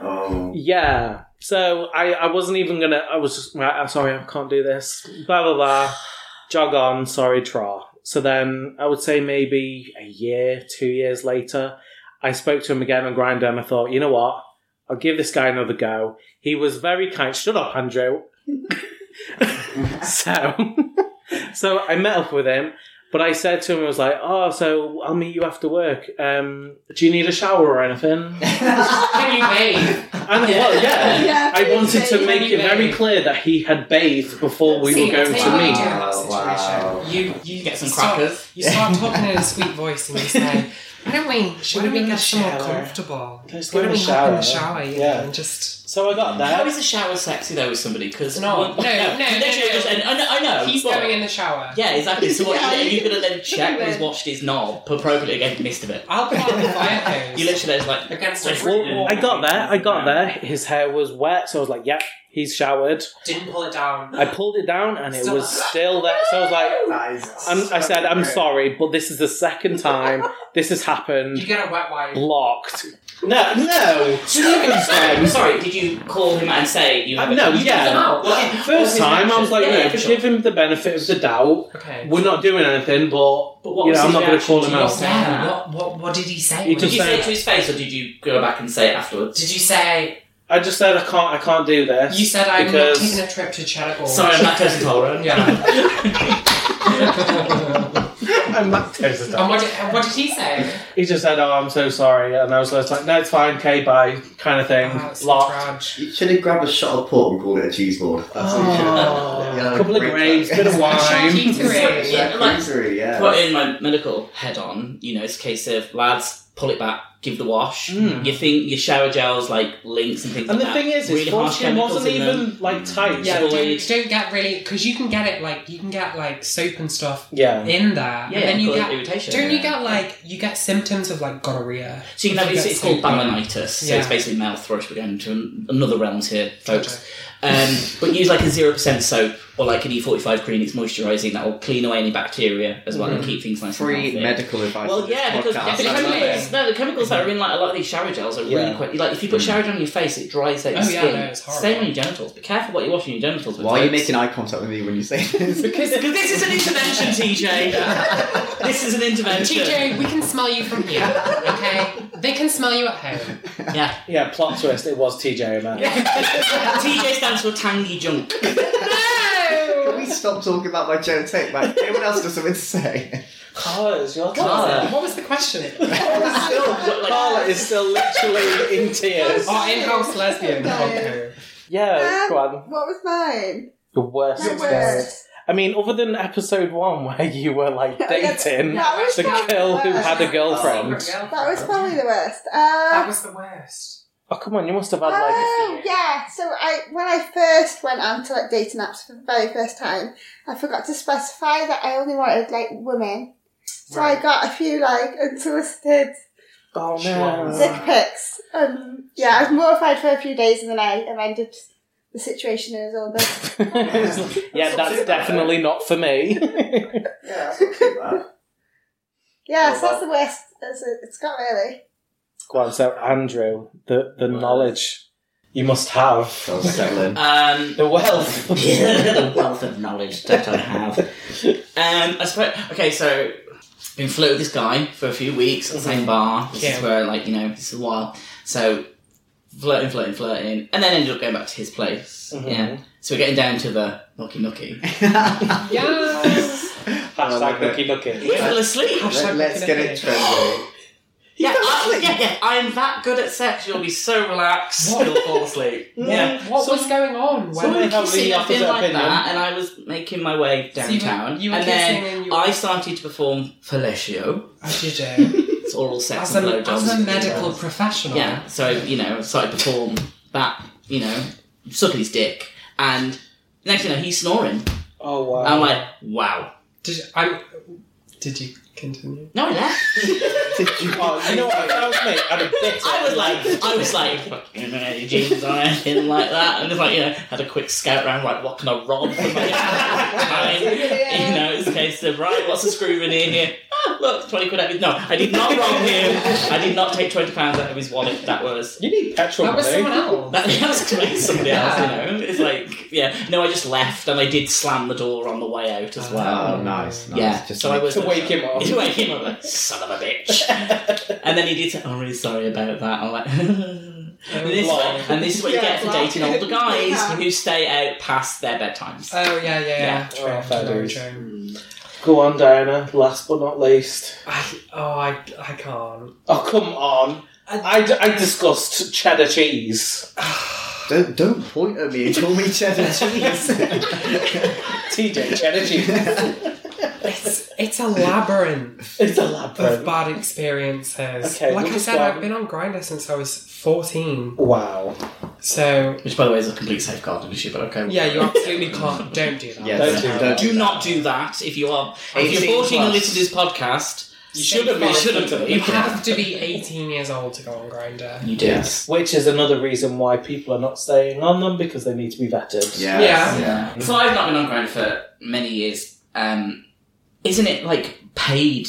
[SPEAKER 4] Oh.
[SPEAKER 1] Yeah. So I, I wasn't even gonna. I was just right. I'm sorry, I can't do this. Blah blah blah. *sighs* Jog on. Sorry, tra. So then I would say maybe a year, two years later, I spoke to him again on Grinder, and I thought, you know what? I'll give this guy another go. He was very kind. Shut up, Andrew. *laughs* so, *laughs* so I met up with him, but I said to him, I was like, oh, so I'll meet you after work. Um, do you need a shower or anything?
[SPEAKER 2] Can you bathe?
[SPEAKER 1] And yeah. well, yeah.
[SPEAKER 3] Yeah,
[SPEAKER 1] I wanted to
[SPEAKER 3] please,
[SPEAKER 1] make it very clear that he had bathed before we
[SPEAKER 2] See,
[SPEAKER 1] were going
[SPEAKER 2] that's
[SPEAKER 1] to
[SPEAKER 2] what you
[SPEAKER 1] meet.
[SPEAKER 2] do in that situation.
[SPEAKER 4] Wow.
[SPEAKER 2] You you
[SPEAKER 5] Get some
[SPEAKER 2] start-
[SPEAKER 5] crackers.
[SPEAKER 2] You start talking in a sweet voice and you say, "Why don't we? Should
[SPEAKER 1] Why
[SPEAKER 2] we
[SPEAKER 1] don't we
[SPEAKER 2] make
[SPEAKER 1] get
[SPEAKER 2] us more
[SPEAKER 1] shower?
[SPEAKER 2] comfortable?
[SPEAKER 1] Let's
[SPEAKER 2] Why
[SPEAKER 1] give
[SPEAKER 2] don't
[SPEAKER 1] him
[SPEAKER 2] we
[SPEAKER 1] a
[SPEAKER 2] hop in the
[SPEAKER 1] shower." Mm.
[SPEAKER 2] shower? Yeah,
[SPEAKER 1] Yeah.
[SPEAKER 2] and just."
[SPEAKER 1] So I got
[SPEAKER 5] How
[SPEAKER 1] there.
[SPEAKER 5] is the shower sexy though with somebody? Because
[SPEAKER 2] No, no, no, no, no.
[SPEAKER 5] I know.
[SPEAKER 2] He's
[SPEAKER 5] but-
[SPEAKER 2] going in the shower.
[SPEAKER 5] Yeah, exactly. So what,
[SPEAKER 3] Yeah.
[SPEAKER 5] you, you're gonna
[SPEAKER 1] *laughs*
[SPEAKER 5] then check that he's
[SPEAKER 3] Then-
[SPEAKER 5] washed his knob appropriately against missed of it.
[SPEAKER 2] I'll put
[SPEAKER 1] *laughs*
[SPEAKER 2] on the fire hose.
[SPEAKER 5] You literally just like
[SPEAKER 2] Against
[SPEAKER 5] Like,
[SPEAKER 2] the wall.
[SPEAKER 1] I got there. I got there. His hair was wet, so I was like, "Yep, he's showered."
[SPEAKER 2] Didn't pull it down.
[SPEAKER 1] I pulled it down, and it
[SPEAKER 2] Stop.
[SPEAKER 1] was still there. So I was like,
[SPEAKER 4] That is
[SPEAKER 1] I'm, "I said, I'm
[SPEAKER 4] great.
[SPEAKER 1] sorry, but this is the second time this has
[SPEAKER 2] You
[SPEAKER 1] happened."
[SPEAKER 2] get a wet wipe.
[SPEAKER 1] Blocked. No, no.
[SPEAKER 5] I'm sorry, did you call him and say you have a
[SPEAKER 1] No,
[SPEAKER 5] you
[SPEAKER 1] yeah.
[SPEAKER 5] don't know.
[SPEAKER 2] Well,
[SPEAKER 1] First time, I was like,
[SPEAKER 5] Yeah,
[SPEAKER 1] "No,
[SPEAKER 5] yeah,
[SPEAKER 1] just
[SPEAKER 5] sure.
[SPEAKER 1] give him the benefit of the doubt."
[SPEAKER 2] Okay.
[SPEAKER 1] We're not doing anything, but
[SPEAKER 5] But what
[SPEAKER 1] you
[SPEAKER 5] was
[SPEAKER 1] know, I'm not going
[SPEAKER 5] his
[SPEAKER 1] to
[SPEAKER 5] reaction
[SPEAKER 1] call
[SPEAKER 5] to
[SPEAKER 1] him
[SPEAKER 5] you
[SPEAKER 1] out.
[SPEAKER 5] saying that?
[SPEAKER 2] What, what, what did he say?
[SPEAKER 1] You
[SPEAKER 2] What
[SPEAKER 5] Did
[SPEAKER 1] just
[SPEAKER 2] did,
[SPEAKER 5] you say
[SPEAKER 1] saying-
[SPEAKER 5] it to his face, or did you go back and say it afterwards?
[SPEAKER 2] did you say?
[SPEAKER 1] I just said I can't. I can't do this.
[SPEAKER 2] You said I'm
[SPEAKER 1] because-
[SPEAKER 2] not taking a trip to Cheddar Gorge.
[SPEAKER 5] Sorry, I'm lactose intolerant. *laughs*
[SPEAKER 2] Yeah.
[SPEAKER 1] I'm lactose
[SPEAKER 2] and
[SPEAKER 1] intolerant.
[SPEAKER 2] what did, and what did he say?
[SPEAKER 1] He just said, "Oh, I'm so sorry," and I was just like, "No, it's fine, okay, bye," kind of thing.
[SPEAKER 2] Oh, it's
[SPEAKER 1] Locked.
[SPEAKER 2] Raj.
[SPEAKER 4] You should have grabbed a shot of port and called it a cheese board. That's what you should have done. Oh. Yeah,
[SPEAKER 1] couple of
[SPEAKER 4] great.
[SPEAKER 1] grapes, bit of *laughs* wine.
[SPEAKER 2] Charcuterie.
[SPEAKER 5] Yeah,
[SPEAKER 4] That
[SPEAKER 5] like-
[SPEAKER 4] cruisery, yeah.
[SPEAKER 5] Put in my medical head on. You know, it's a case of lads, pull it back, give the wash.
[SPEAKER 1] Mm.
[SPEAKER 5] Your thing, your shower gels, like links and things.
[SPEAKER 1] And
[SPEAKER 5] like
[SPEAKER 1] the
[SPEAKER 5] that.
[SPEAKER 1] thing is,
[SPEAKER 5] really
[SPEAKER 1] his
[SPEAKER 5] harsh
[SPEAKER 1] foreskin
[SPEAKER 5] chemicals
[SPEAKER 1] wasn't
[SPEAKER 5] in them.
[SPEAKER 1] even like tight.
[SPEAKER 2] Yeah,
[SPEAKER 1] so
[SPEAKER 2] don't,
[SPEAKER 1] it's-
[SPEAKER 2] don't get really because you can get it like you can get like soap and stuff
[SPEAKER 1] yeah.
[SPEAKER 2] in there,
[SPEAKER 5] Yeah,
[SPEAKER 2] and then you
[SPEAKER 5] cause
[SPEAKER 2] get
[SPEAKER 5] irritation.
[SPEAKER 2] don't you
[SPEAKER 5] yeah.
[SPEAKER 2] get like you get symptoms of like gonorrhea.
[SPEAKER 5] So you can have
[SPEAKER 2] You
[SPEAKER 5] it's,
[SPEAKER 2] get
[SPEAKER 5] it's called
[SPEAKER 2] sleep.
[SPEAKER 5] balanitis. So it's
[SPEAKER 2] Yeah.
[SPEAKER 5] basically mouth thrush. We're going to an, another realms here, folks. Um, but use like a zero percent soap or like an E45 cream. It's moisturising. That will clean away any bacteria as well and keep things nice and
[SPEAKER 4] Mm-hmm. free
[SPEAKER 5] healthy.
[SPEAKER 4] medical advice.
[SPEAKER 5] Well,
[SPEAKER 4] on this
[SPEAKER 5] yeah, because
[SPEAKER 4] podcast.
[SPEAKER 5] the
[SPEAKER 4] I love
[SPEAKER 5] chemicals,
[SPEAKER 4] it. Mm.
[SPEAKER 5] no, the chemicals that are in like a lot of these shower gels are really
[SPEAKER 1] Yeah.
[SPEAKER 5] quite. Like if you put shower gel on your face, it dries out your
[SPEAKER 2] Oh, yeah,
[SPEAKER 5] skin.
[SPEAKER 2] no, it's horrible.
[SPEAKER 5] Same on your genitals. Be careful what you're washing your genitals with.
[SPEAKER 4] Why are you
[SPEAKER 5] folks.
[SPEAKER 4] making eye contact with me when you say
[SPEAKER 5] *laughs*
[SPEAKER 4] this?
[SPEAKER 5] Because because this is an intervention,
[SPEAKER 4] *laughs*
[SPEAKER 5] TJ. this is an intervention. *laughs*
[SPEAKER 2] TJ, we can smell you from here. Okay, they can smell you at home.
[SPEAKER 5] Yeah.
[SPEAKER 1] Yeah, plot twist. It was TJ O'Malley.
[SPEAKER 5] TJ stands for tangy junk.
[SPEAKER 4] Can we stop talking about my Joe Tate? Like, anyone else got something to say?
[SPEAKER 1] Cars, your
[SPEAKER 5] Carla.
[SPEAKER 1] Carla.
[SPEAKER 2] What was the question?
[SPEAKER 5] But, like,
[SPEAKER 1] Carla is still literally in
[SPEAKER 2] *laughs*
[SPEAKER 1] tears.
[SPEAKER 2] *laughs* Oh, in-house lesbian. *laughs* Okay.
[SPEAKER 1] Yeah,
[SPEAKER 3] Um,
[SPEAKER 1] go on.
[SPEAKER 3] What was mine?
[SPEAKER 1] The worst
[SPEAKER 3] My
[SPEAKER 1] experience.
[SPEAKER 3] word.
[SPEAKER 1] I mean, other than episode one where you were like
[SPEAKER 3] Yeah, yeah,
[SPEAKER 1] dating
[SPEAKER 3] that was
[SPEAKER 1] the
[SPEAKER 3] probably
[SPEAKER 1] girl who
[SPEAKER 3] worse.
[SPEAKER 1] had a girlfriend.
[SPEAKER 3] That was probably the worst. Uh,
[SPEAKER 2] That was the worst.
[SPEAKER 1] Oh come on, you must have had like a
[SPEAKER 3] Oh
[SPEAKER 1] few.
[SPEAKER 3] yeah, so I when I first went on to like dating apps for the very first time, I forgot to specify that I only wanted like women. So
[SPEAKER 2] Right.
[SPEAKER 3] I got a few like *laughs* unsolicited
[SPEAKER 1] Oh
[SPEAKER 2] Sure.
[SPEAKER 1] no.
[SPEAKER 3] dick pics. Um, yeah, I was mortified for a few days and then I amended the situation and it was all good.
[SPEAKER 1] *laughs*
[SPEAKER 5] *laughs*
[SPEAKER 1] yeah, that's definitely not for me.
[SPEAKER 4] Yeah.
[SPEAKER 3] Yeah,
[SPEAKER 5] What
[SPEAKER 3] so that's the worst as it- it's got really.
[SPEAKER 1] Go on, so Andrew, the, the
[SPEAKER 5] Well.
[SPEAKER 1] knowledge you must
[SPEAKER 5] *laughs*
[SPEAKER 1] have.
[SPEAKER 4] That was *laughs* settling.
[SPEAKER 5] Um,
[SPEAKER 1] The *laughs* wealth.
[SPEAKER 5] *laughs* the wealth of knowledge that I have. Um, I suppose. Okay, so been flirting with this guy for a few weeks at the same bar. This
[SPEAKER 2] Yeah.
[SPEAKER 5] is where, like, you know, this is a while. So flirting, flirting, flirting, and then ended up going back to his place.
[SPEAKER 1] Mhm.
[SPEAKER 5] Yeah. So we're getting down to the nookie nookie.
[SPEAKER 2] Yes.
[SPEAKER 1] Hashtag nookie nookie.
[SPEAKER 5] He
[SPEAKER 1] *laughs*
[SPEAKER 5] fell asleep.
[SPEAKER 4] Let, let's get it trendy.
[SPEAKER 5] Yeah, I, yeah, yeah. I'm that good at sex. You'll be so relaxed.
[SPEAKER 2] What?
[SPEAKER 5] You'll fall *laughs* asleep. yeah.
[SPEAKER 2] What
[SPEAKER 1] So-
[SPEAKER 2] was going on?
[SPEAKER 1] so
[SPEAKER 2] When
[SPEAKER 1] they
[SPEAKER 5] Someone
[SPEAKER 1] have
[SPEAKER 5] kissing,
[SPEAKER 1] the
[SPEAKER 5] I've been
[SPEAKER 1] opposite
[SPEAKER 5] like
[SPEAKER 1] opinion.
[SPEAKER 5] that, and I was making my way
[SPEAKER 2] So you were-
[SPEAKER 5] downtown,
[SPEAKER 2] you were
[SPEAKER 5] and then
[SPEAKER 2] kissing and you were-
[SPEAKER 5] I started to perform fellatio.
[SPEAKER 3] Oh,
[SPEAKER 2] As you do.
[SPEAKER 5] It's oral sex
[SPEAKER 2] As
[SPEAKER 5] and
[SPEAKER 2] a,
[SPEAKER 5] blowjobs.
[SPEAKER 2] as a
[SPEAKER 5] and
[SPEAKER 2] medical
[SPEAKER 5] blowjobs.
[SPEAKER 2] professional.
[SPEAKER 5] Yeah, so, you know, so I perform that, you know, sucking his dick, and next thing you know, he's snoring.
[SPEAKER 1] Oh, wow.
[SPEAKER 5] I'm like, wow.
[SPEAKER 2] Did you, I, did you continue?
[SPEAKER 5] No, he left. *laughs*
[SPEAKER 1] Oh, you know what? If that was me, I'd have bit
[SPEAKER 5] *laughs* I was like, I was like, fucking any jeans on, anything like that, and it's like, you know, had a quick scout round, like, what can I rob for my time? *laughs* You know, it's a case of, right, what's the screw in here? Ah, look, 20 quid out of his... No, I did not rob him. I did not take 20 pounds out of his wallet. That was...
[SPEAKER 1] You need petrol,
[SPEAKER 2] That was
[SPEAKER 1] mate.
[SPEAKER 2] someone else.
[SPEAKER 5] *laughs* That, that was great. Somebody else, you know. It's like, yeah. No, I just left, and I did slam the door on the way out as well.
[SPEAKER 4] Oh, nice. nice.
[SPEAKER 5] yeah.
[SPEAKER 4] Just
[SPEAKER 5] so I was
[SPEAKER 1] To wake him up.
[SPEAKER 5] *laughs* To wake him up, like, son of a bitch.
[SPEAKER 1] *laughs*
[SPEAKER 5] and then he did say, "I'm really sorry about that." I'm like. *laughs* and
[SPEAKER 2] Oh,
[SPEAKER 5] this, *laughs*
[SPEAKER 1] Long.
[SPEAKER 5] and this is what you
[SPEAKER 3] Yeah,
[SPEAKER 5] get for
[SPEAKER 3] long.
[SPEAKER 5] dating older guys
[SPEAKER 3] Yeah.
[SPEAKER 5] who stay out past their bedtimes.
[SPEAKER 2] Oh yeah, yeah, yeah.
[SPEAKER 5] Yeah.
[SPEAKER 2] True,
[SPEAKER 1] Oh, fair
[SPEAKER 2] very
[SPEAKER 1] dues.
[SPEAKER 2] true.
[SPEAKER 1] Go on, Diana. Last but not least.
[SPEAKER 2] I, oh, I, I can't. *sighs*
[SPEAKER 1] Oh, come on. I, d- I discussed cheddar cheese.
[SPEAKER 4] Don't, don't point at me and call me cheddar cheese.
[SPEAKER 1] TJ, cheddar cheese.
[SPEAKER 2] *laughs* It's it's a labyrinth
[SPEAKER 1] it's a
[SPEAKER 2] of
[SPEAKER 1] labyrinth.
[SPEAKER 2] bad experiences.
[SPEAKER 1] Okay,
[SPEAKER 2] like
[SPEAKER 1] we'll
[SPEAKER 2] I said,
[SPEAKER 1] describe-
[SPEAKER 2] I've been on Grinder since I was fourteen.
[SPEAKER 1] Wow.
[SPEAKER 2] So
[SPEAKER 5] Which, by the way, is a complete safeguard issue, but okay.
[SPEAKER 2] yeah, you absolutely can't. Don't do that.
[SPEAKER 4] yeah,
[SPEAKER 1] Don't do that.
[SPEAKER 5] Do not do that if you are. If you're
[SPEAKER 4] 18
[SPEAKER 5] 14 and
[SPEAKER 4] plus.
[SPEAKER 5] listen to this podcast,
[SPEAKER 1] You shouldn't be.
[SPEAKER 5] You shouldn't
[SPEAKER 1] shouldn't
[SPEAKER 5] be.
[SPEAKER 2] You
[SPEAKER 1] be.
[SPEAKER 2] have to be eighteen years old to go on Grinder.
[SPEAKER 5] you do.
[SPEAKER 1] Which is another reason why people are not staying on them because they need to be vetted.
[SPEAKER 4] Yeah.
[SPEAKER 2] Yeah.
[SPEAKER 4] yeah.
[SPEAKER 5] *laughs* So I've not been on Grind for many years. Um, isn't it like paid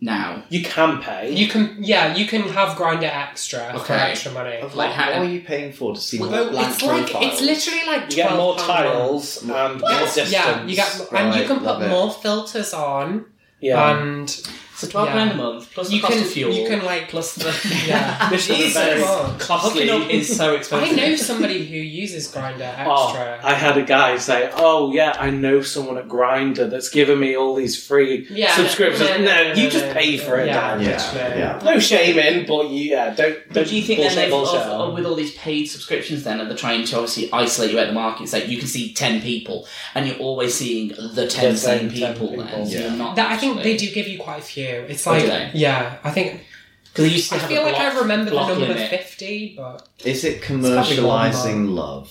[SPEAKER 5] now?
[SPEAKER 1] You can pay.
[SPEAKER 2] You can yeah, you can have Grinder extra for
[SPEAKER 5] Okay.
[SPEAKER 2] extra money.
[SPEAKER 4] Like,
[SPEAKER 5] Like how-
[SPEAKER 4] what are you paying for to see
[SPEAKER 5] Well,
[SPEAKER 4] more blank
[SPEAKER 2] it's like
[SPEAKER 4] profiles?
[SPEAKER 2] it's literally like
[SPEAKER 1] You get more
[SPEAKER 2] twelve pound a month.
[SPEAKER 1] tiles and more
[SPEAKER 2] Yes,
[SPEAKER 1] distance.
[SPEAKER 2] yeah, you get and you
[SPEAKER 4] Right,
[SPEAKER 2] can put
[SPEAKER 4] love it.
[SPEAKER 2] more filters on
[SPEAKER 1] Yeah.
[SPEAKER 2] and
[SPEAKER 5] So twelve
[SPEAKER 2] Yeah.
[SPEAKER 5] pound a month plus
[SPEAKER 2] you
[SPEAKER 5] the cost
[SPEAKER 2] can
[SPEAKER 5] of fuel
[SPEAKER 2] you
[SPEAKER 5] *laughs*
[SPEAKER 2] can like
[SPEAKER 1] *laughs*
[SPEAKER 5] plus the
[SPEAKER 2] *laughs* yeah.
[SPEAKER 1] This is
[SPEAKER 5] Jesus.
[SPEAKER 1] a very
[SPEAKER 5] hooking
[SPEAKER 1] costly.
[SPEAKER 5] up
[SPEAKER 1] *laughs*
[SPEAKER 5] is so
[SPEAKER 2] I
[SPEAKER 5] expensive.
[SPEAKER 2] know somebody who uses Grinder
[SPEAKER 1] Oh,
[SPEAKER 2] extra.
[SPEAKER 1] I had a guy say, "Oh yeah, I know someone at Grinder that's giving me all these free
[SPEAKER 2] yeah,
[SPEAKER 1] subscriptions." No, you just pay for it.
[SPEAKER 2] Yeah,
[SPEAKER 1] Dan.
[SPEAKER 4] Yeah,
[SPEAKER 2] literally.
[SPEAKER 4] yeah.
[SPEAKER 1] No shame in, but you, yeah, don't.
[SPEAKER 5] But
[SPEAKER 1] don't
[SPEAKER 5] do you think then
[SPEAKER 1] bullshit,
[SPEAKER 5] they've
[SPEAKER 1] bullshit.
[SPEAKER 5] of- of- with all these paid subscriptions then, and they're trying to obviously isolate you out of the market? It's like you can see ten people, and you're always seeing the ten
[SPEAKER 1] The
[SPEAKER 5] same
[SPEAKER 1] same 10
[SPEAKER 5] people.
[SPEAKER 1] people.
[SPEAKER 5] And so you're
[SPEAKER 4] Yeah.
[SPEAKER 5] not
[SPEAKER 2] That I think they do give you quite a few. It's
[SPEAKER 5] Oh,
[SPEAKER 2] like
[SPEAKER 5] do they?
[SPEAKER 2] yeah, I think
[SPEAKER 5] Because they used to
[SPEAKER 2] I
[SPEAKER 5] have
[SPEAKER 2] feel
[SPEAKER 5] a
[SPEAKER 2] like
[SPEAKER 5] block,
[SPEAKER 2] I remember the
[SPEAKER 5] block
[SPEAKER 2] number
[SPEAKER 5] limit.
[SPEAKER 2] fifty, but
[SPEAKER 4] Is it
[SPEAKER 2] probably
[SPEAKER 4] commercialising love?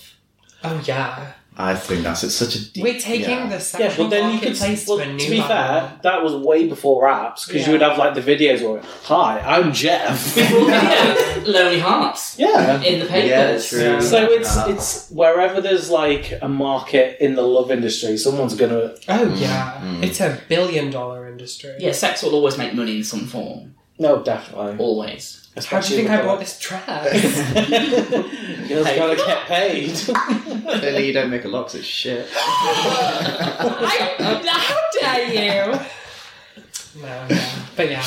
[SPEAKER 2] oh yeah,
[SPEAKER 4] I think that's it's such a deep.
[SPEAKER 2] we're taking
[SPEAKER 4] yeah.
[SPEAKER 2] the
[SPEAKER 1] Yeah,
[SPEAKER 2] sexual
[SPEAKER 1] but then you could.
[SPEAKER 2] marketplace
[SPEAKER 1] Well,
[SPEAKER 2] to a
[SPEAKER 1] to
[SPEAKER 2] new
[SPEAKER 1] be
[SPEAKER 2] level.
[SPEAKER 1] fair, that was way before apps because
[SPEAKER 2] Yeah.
[SPEAKER 1] you would have like the videos where, "Hi, I'm Jeff." *laughs*
[SPEAKER 5] Before yeah, Lonely Hearts
[SPEAKER 1] yeah.
[SPEAKER 5] in the
[SPEAKER 4] Yeah,
[SPEAKER 5] papers.
[SPEAKER 4] true.
[SPEAKER 1] So it's
[SPEAKER 4] Uh,
[SPEAKER 1] it's wherever there's like a market in the love industry, someone's gonna.
[SPEAKER 2] *laughs* Oh
[SPEAKER 4] Mm,
[SPEAKER 2] yeah,
[SPEAKER 4] mm.
[SPEAKER 2] it's a billion dollar industry.
[SPEAKER 5] yeah, sex will always make money in some form.
[SPEAKER 1] No, definitely.
[SPEAKER 5] Always.
[SPEAKER 2] How do you think I bought this dress?
[SPEAKER 1] this? *laughs* Girls gotta get paid.
[SPEAKER 4] Clearly, you don't make a lot 'cause it's shit. *laughs*
[SPEAKER 2] I, *laughs* how dare you? *laughs* No, yeah. but yeah.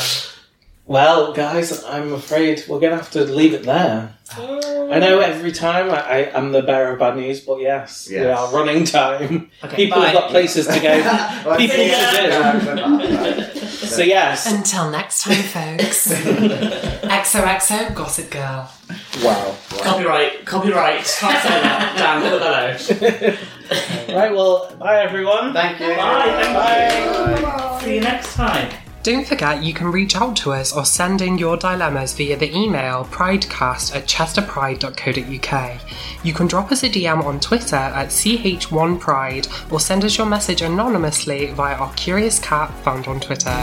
[SPEAKER 1] Well, guys, I'm afraid we're gonna have to leave it there.
[SPEAKER 2] Oh.
[SPEAKER 1] I know every time I, I, I'm the bearer of bad news, but yes, we
[SPEAKER 4] Yes.
[SPEAKER 1] are running time.
[SPEAKER 5] *laughs* Okay,
[SPEAKER 1] People
[SPEAKER 5] bye.
[SPEAKER 1] have got places to go.
[SPEAKER 4] *laughs* Well,
[SPEAKER 1] People
[SPEAKER 4] yeah,
[SPEAKER 1] to do.
[SPEAKER 4] yeah, yeah, yeah.
[SPEAKER 1] so yes,
[SPEAKER 2] Until next time, *laughs* folks. XOXO Gossip Girl.
[SPEAKER 1] *laughs* wow.
[SPEAKER 5] Copyright, copyright. Can't say that. Damn, look at that.
[SPEAKER 1] *laughs* Right, well, bye everyone.
[SPEAKER 4] Thank you.
[SPEAKER 5] Bye, thank
[SPEAKER 4] Bye.
[SPEAKER 3] Oh.
[SPEAKER 5] See you next time.
[SPEAKER 2] Don't forget you can reach out to us or send in your dilemmas via the email pridecast at chesterpride.co.uk. You can drop us a DM on Twitter at ch1pride or send us your message anonymously via our curious cat found on Twitter.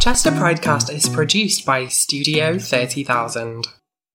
[SPEAKER 2] Chester Pridecast is produced by Studio 30,000.